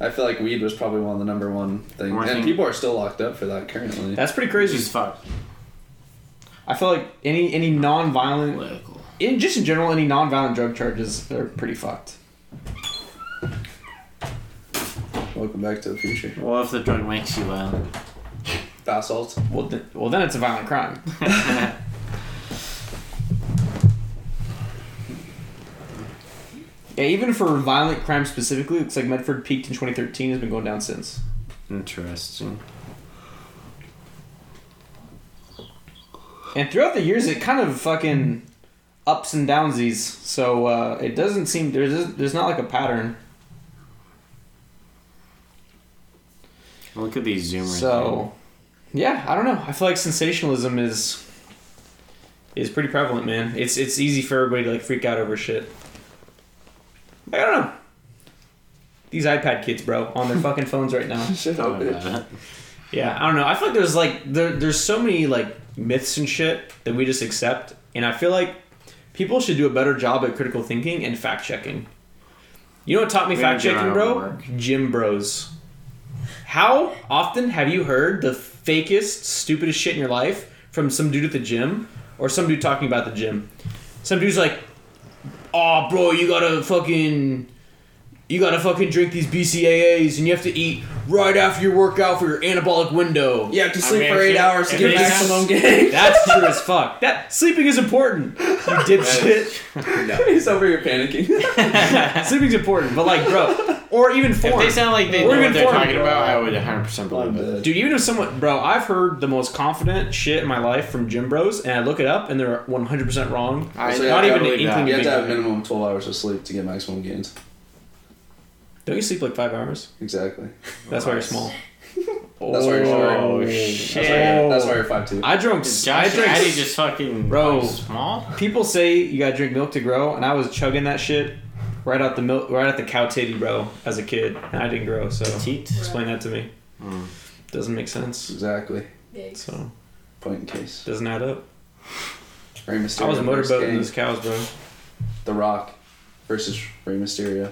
S7: I feel like weed was probably one of the number one things,
S6: One
S7: and
S6: thing-
S7: people are still locked up for that currently.
S3: That's pretty
S6: Which
S3: crazy.
S6: is fuck
S3: I feel like any any non-violent,
S6: political.
S3: in just in general, any non-violent drug charges are pretty fucked.
S7: Welcome back to the future.
S6: Well, if the drug makes you violent?
S7: Basalt.
S3: Well, th- well, then it's a violent crime. yeah, even for violent crimes specifically, it looks like Medford peaked in 2013 has been going down since.
S6: Interesting.
S3: And throughout the years, it kind of fucking ups and downsies. So uh, it doesn't seem there's there's not like a pattern.
S6: Look at these zoomers.
S3: So, yeah, I don't know. I feel like sensationalism is is pretty prevalent, man. It's it's easy for everybody to like freak out over shit. I don't know. These iPad kids, bro, on their fucking phones right now.
S7: Shit,
S6: Tell
S7: oh,
S6: me
S7: bitch.
S6: about it.
S3: Yeah, I don't know. I feel like there's like there, there's so many like myths and shit that we just accept, and I feel like people should do a better job at critical thinking and fact checking. You know what taught me
S6: We
S3: fact
S6: haven't done
S3: checking,
S6: our
S3: bro?
S6: homework.
S3: Gym bros. How often have you heard the fakest, stupidest shit in your life from some dude at the gym or some dude talking about the gym? Some dude's like, "Oh, bro, you gotta fucking." you gotta fucking drink these BCAAs and you have to eat right after your workout for your anabolic window.
S10: You have to sleep for eight hours to get maximum gain.
S3: That's true as fuck. That sleeping is important. You dipshit.
S7: He's over here panicking.
S3: Sleeping's important, but like, bro, or even
S6: If
S3: form.
S6: they sound like they
S3: Or
S6: know
S3: even
S6: what they're
S3: foreign.
S6: talking about, I would 100% believe it.
S3: Dude, even if someone, bro, I've heard the most confident shit in my life from gym bros, and I look it up and they're 100% wrong.
S6: I,
S7: So, yeah,
S3: Not
S7: I
S3: even an
S6: believe that.
S3: inkling
S7: you
S3: of
S7: have to have
S3: being right.
S7: minimum 12 hours of sleep to get maximum gains.
S3: Don't you sleep like five hours?
S7: Exactly.
S3: That's why you're small.
S7: That's why you're short.
S6: Oh,
S7: That's why you're-
S6: shit.
S7: that's why you're 5'2".
S3: I drunk. I
S6: Josh and
S3: drink.
S6: Addy just fucking
S3: Bro.
S6: like, small.
S3: People say you gotta drink milk to grow, and I was chugging that shit right out the milk, right out the cow titty, bro. As a kid, and I didn't grow, so
S6: Teat.
S3: explain that to me. Doesn't make sense.
S7: Exactly.
S11: Yikes.
S3: So
S7: Point in case.
S3: doesn't add up.
S7: Rey
S3: I
S7: Mysterio
S3: was
S7: versus
S3: motorboating
S7: Kane.
S3: those cows, bro.
S7: The Rock versus Rey Mysterio.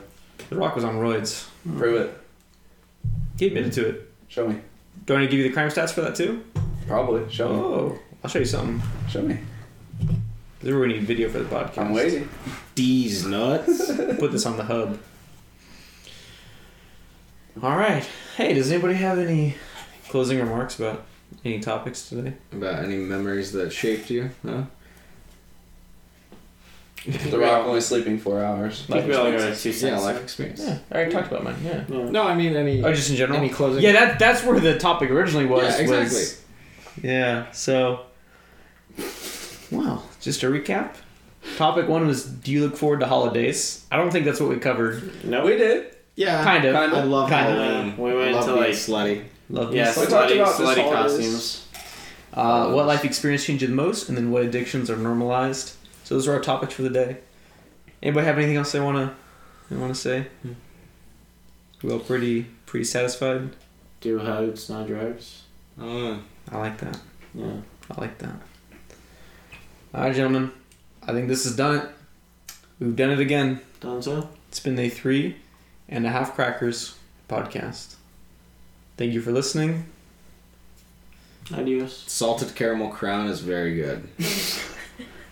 S3: The Rock was on roids.
S7: Prove it.
S3: He admitted to it.
S7: Show me.
S3: Do I want to give you the crime stats for that too?
S7: Probably. Show me.
S3: Oh, I'll show you something.
S7: Show me.
S3: This is where we need video for the podcast.
S7: I'm waiting.
S2: D's nuts.
S3: Put this on the hub. All right. Hey, does anybody have any closing remarks about any topics today?
S2: About any memories that shaped you? No.
S7: The Rock only sleeping four hours.
S6: I think we all got our two cents.
S2: Yeah, life experience.
S3: Yeah, I already talked about mine. Yeah.
S2: No, I mean any.
S3: Oh, just in general.
S2: Any closing?
S3: Yeah, that that's where the topic originally was.
S2: Yeah, exactly.
S3: was- yeah. So, well, just to recap, topic one was: Do you look forward to holidays? I don't think that's what we covered.
S6: No,
S7: We did.
S2: yeah.
S3: Kind of.
S2: I love
S3: Kind of.
S2: Halloween.
S6: We went
S2: love
S6: to,
S2: being
S6: like-
S2: slutty.
S3: Love
S6: Yeah,
S3: this.
S7: We talked
S6: slutty,
S7: about this
S6: slutty
S7: all this-
S6: costumes.
S3: Uh, what life experience changed you the most, and then what addictions are normalized. So those are our topics for the day. Anybody have anything else they wanna they wanna say? We all pretty pretty satisfied.
S6: Do hugs, not drugs.
S2: Uh,
S3: I like that.
S6: Yeah.
S3: I like that. All right, gentlemen. I think this is done. it. We've done it again.
S6: Done so?
S3: It's been the three and a half crackers podcast. Thank you for listening.
S6: Adios.
S2: salted caramel crown is very good.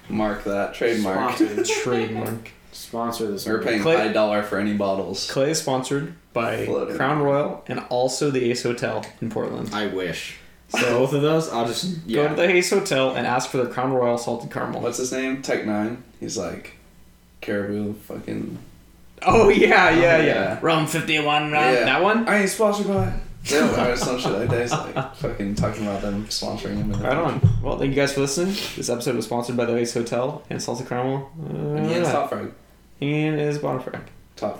S7: Mark that. Trademark.
S6: Sponsored.
S3: Trademark.
S6: Sponsor this.
S7: We're
S6: movie.
S7: paying
S3: Click.
S7: high dollar for any bottles.
S3: Clay is sponsored by
S7: Floating.
S3: Crown Royal and also the Ace Hotel in Portland.
S2: I wish. So both of those, I'll just yeah.
S3: Go to the Ace Hotel and ask for the Crown Royal salted caramel.
S7: What's his name? Tech Nine. He's like caribou. Fucking.
S3: oh yeah, yeah, yeah.
S7: yeah.
S3: Rum fifty one, rum
S7: Yeah.
S3: that one.
S7: I ain't sponsored by. Yeah, or some shit like that. He's like fucking talking about them sponsoring him.
S3: Right on. Well, thank you guys for listening. This episode was sponsored by the Ace Hotel and Salted Caramel. Uh,
S7: And he ain't stop for it.
S3: Ian is Bonafrack.